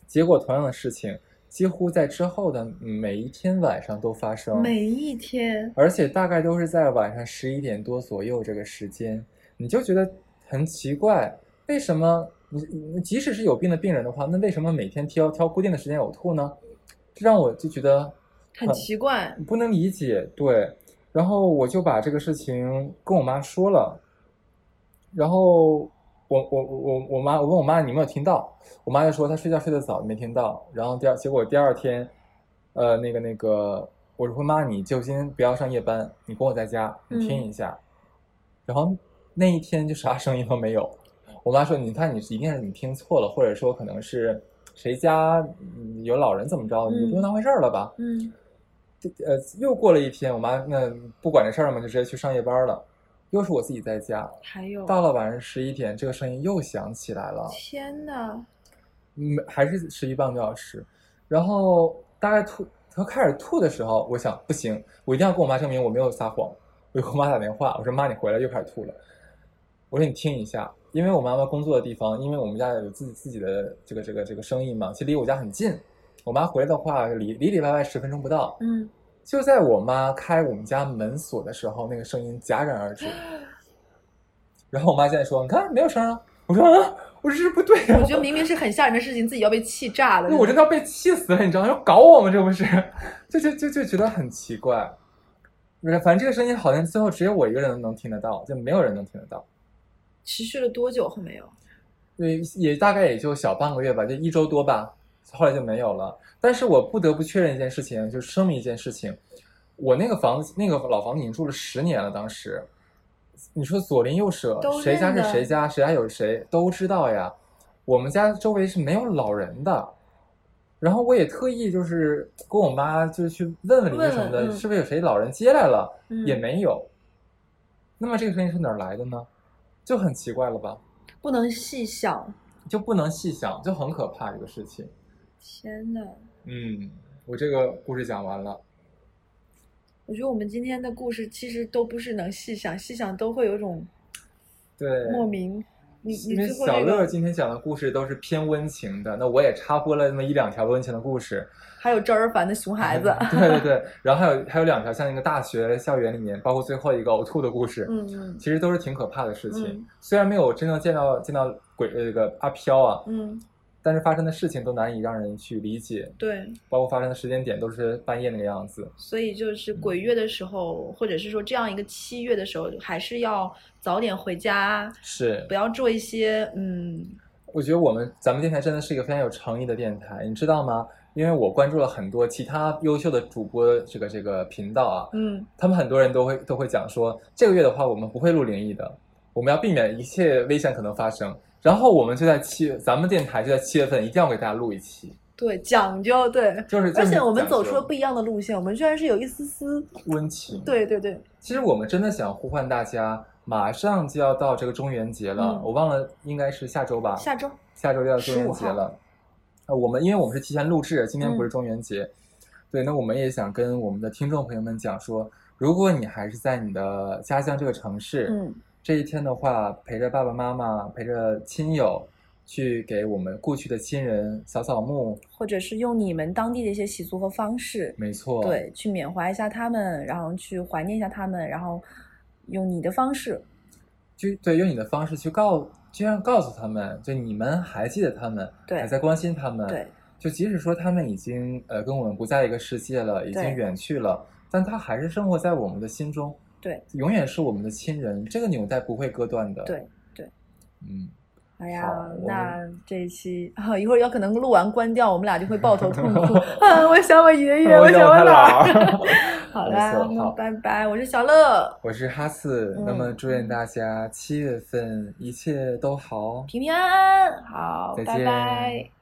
[SPEAKER 2] 结果同样的事情，几乎在之后的每一天晚上都发生，
[SPEAKER 1] 每一天，
[SPEAKER 2] 而且大概都是在晚上十一点多左右这个时间，你就觉得很奇怪，为什么你你即使是有病的病人的话，那为什么每天挑挑固定的时间呕吐呢？这让我就觉得
[SPEAKER 1] 很奇怪。
[SPEAKER 2] 不能理解，对。然后我就把这个事情跟我妈说了，然后我我我我妈我问我妈你有没有听到，我妈就说她睡觉睡得早没听到，然后第二结果第二天，呃那个那个我说妈你就今天不要上夜班，你跟我在家你听一下，然后那一天就啥声音都没有，我妈说：“你看，你一定是你听错了，或者说可能是谁家嗯有老人怎么着，你就不用当回事儿了吧。
[SPEAKER 1] 嗯
[SPEAKER 2] 这呃，又过了一天，我妈那不管这事儿了嘛，就直接去上夜班了。又是我自己在家，
[SPEAKER 1] 还有，
[SPEAKER 2] 到了晚上十一点，这个声音又响起来了，
[SPEAKER 1] 天呐，
[SPEAKER 2] 嗯，还是持续半个小时。然后大概吐，她开始吐的时候，我想不行，我一定要跟我妈证明我没有撒谎。我就给我妈打电话，我说妈，你回来又开始吐了。我说你听一下，因为我妈妈工作的地方，因为我们家有自己自己的这个这个这个生意嘛，其实离我家很近。我妈回来的话，里里里外外十分钟不到。
[SPEAKER 1] 嗯，
[SPEAKER 2] 就在我妈开我们家门锁的时候，那个声音戛 然而止。然后我妈现在说：“你看没有声啊。”我说：“啊，我说这不对啊
[SPEAKER 1] 我！”觉得明明是很吓人的事情，自己要被气炸了。
[SPEAKER 2] 那我真的要被气死了，你知道吗？要搞我们这不是？就就就就觉得很奇怪。反正这个声音好像最后只有我一个人能听得到，就没有人能听得到。
[SPEAKER 1] 持续了多久？后面有？
[SPEAKER 2] 对，也大概也就小半个月吧，就一周多吧，后来就没有了。但是我不得不确认一件事情，就是声明一件事情，我那个房子，那个老房子已经住了十年了，当时，你说左邻右舍
[SPEAKER 1] 都，
[SPEAKER 2] 谁家
[SPEAKER 1] 认
[SPEAKER 2] 是
[SPEAKER 1] 得
[SPEAKER 2] 谁家，谁家有谁都知道呀。我们家周围是没有老人的，然后我也特意就是跟我妈就是去问问邻居什么
[SPEAKER 1] 问
[SPEAKER 2] 的，
[SPEAKER 1] 问嗯
[SPEAKER 2] 是不是有谁老人接来了，
[SPEAKER 1] 嗯
[SPEAKER 2] 也没有。那么这个声音是哪儿来的呢？就很奇怪了吧？
[SPEAKER 1] 不能细想。
[SPEAKER 2] 就不能细想，就很可怕这个事情。
[SPEAKER 1] 天呐，
[SPEAKER 2] 嗯，我这个故事讲完了，
[SPEAKER 1] 我觉得我们今天的故事其实都不是能细想，细想都会有一种
[SPEAKER 2] 对，
[SPEAKER 1] 莫名。你你
[SPEAKER 2] 因为
[SPEAKER 1] 最后
[SPEAKER 2] 小
[SPEAKER 1] 那
[SPEAKER 2] 乐
[SPEAKER 1] 个
[SPEAKER 2] 今天讲的故事都是偏温情的，那我也插播了那么一两条温情的故事。
[SPEAKER 1] 还有赵尔凡的熊 孩子，
[SPEAKER 2] 对对对，然后还有还有两条像那个大学校园里面，包括最后一个呕吐的故事，
[SPEAKER 1] 嗯嗯
[SPEAKER 2] 其实都是挺可怕的事情。
[SPEAKER 1] 嗯
[SPEAKER 2] 虽然没有真正见到见到鬼呃这个阿飘啊，
[SPEAKER 1] 嗯，
[SPEAKER 2] 但是发生的事情都难以让人去理解，
[SPEAKER 1] 对，
[SPEAKER 2] 包括发生的时间点都是半夜那个样子。
[SPEAKER 1] 所以
[SPEAKER 2] 嗯
[SPEAKER 1] 就是鬼月的时候，或者是说这样一个七月的时候，还是要早点回家，
[SPEAKER 2] 是
[SPEAKER 1] 不，要做一些嗯
[SPEAKER 2] 我觉得我们咱们电台真的是一个非常有诚意的电台，你知道吗？因为我关注了很多其他优秀的主播这个这个频道啊，
[SPEAKER 1] 嗯
[SPEAKER 2] 他们很多人都会都会讲说，这个月的话我们不会录灵异的，我们要避免一切危险可能发生。然后我们就在七月，咱们电台就在七月份一定要给大家录一期，
[SPEAKER 1] 对讲究对。
[SPEAKER 2] 就是
[SPEAKER 1] 而且我们走出了
[SPEAKER 2] 说
[SPEAKER 1] 不一样的路线，我们居然是有一丝丝，
[SPEAKER 2] 温情。，
[SPEAKER 1] 对对对，
[SPEAKER 2] 其实我们真的想呼唤大家，马上就要到这个中元节了，
[SPEAKER 1] 嗯
[SPEAKER 2] 我忘了应该是下周吧，
[SPEAKER 1] 下周
[SPEAKER 2] 下周就要中元节
[SPEAKER 1] 15
[SPEAKER 2] 了。呃，我们因为我们是提前录制，今天
[SPEAKER 1] 嗯
[SPEAKER 2] 不是中元节，对，那我们也想跟我们的听众朋友们讲说，如果你还是在你的家乡这个城市，
[SPEAKER 1] 嗯，
[SPEAKER 2] 这一天的话，陪着爸爸妈妈，陪着亲友，去给我们故去的亲人扫扫墓，
[SPEAKER 1] 或者是用你们当地的一些习俗和方式，
[SPEAKER 2] 没错，，
[SPEAKER 1] 对，去缅怀一下他们，然后去怀念一下他们，然后用你的方式，
[SPEAKER 2] 就对，用你的方式去告，就像告诉他们，就你们还记得他们，
[SPEAKER 1] 对
[SPEAKER 2] 还在关心他们，
[SPEAKER 1] 对，
[SPEAKER 2] 就即使说他们已经呃跟我们不在一个世界了，已经
[SPEAKER 1] 对
[SPEAKER 2] 远去了，但他还是生活在我们的心中，
[SPEAKER 1] 对，
[SPEAKER 2] 永远是我们的亲人，这个纽带不会割断的。
[SPEAKER 1] 对，
[SPEAKER 2] 嗯，
[SPEAKER 1] 哎呀
[SPEAKER 2] 好我，
[SPEAKER 1] 那
[SPEAKER 2] 们
[SPEAKER 1] 这一期啊，一会儿有可能录完关掉，我们俩就会抱头痛 哭啊！我想我爷爷，
[SPEAKER 2] 我
[SPEAKER 1] 想
[SPEAKER 2] 想我
[SPEAKER 1] 我
[SPEAKER 2] 姥
[SPEAKER 1] 姥儿。 好
[SPEAKER 2] 没
[SPEAKER 1] 啦
[SPEAKER 2] 错，
[SPEAKER 1] 那
[SPEAKER 2] 好
[SPEAKER 1] 拜拜，我是小乐，
[SPEAKER 2] 我是哈四，那么
[SPEAKER 1] 嗯
[SPEAKER 2] 祝愿大家七月份一切都好，哦
[SPEAKER 1] 平平安安，好，
[SPEAKER 2] 再
[SPEAKER 1] 拜
[SPEAKER 2] 见
[SPEAKER 1] 拜。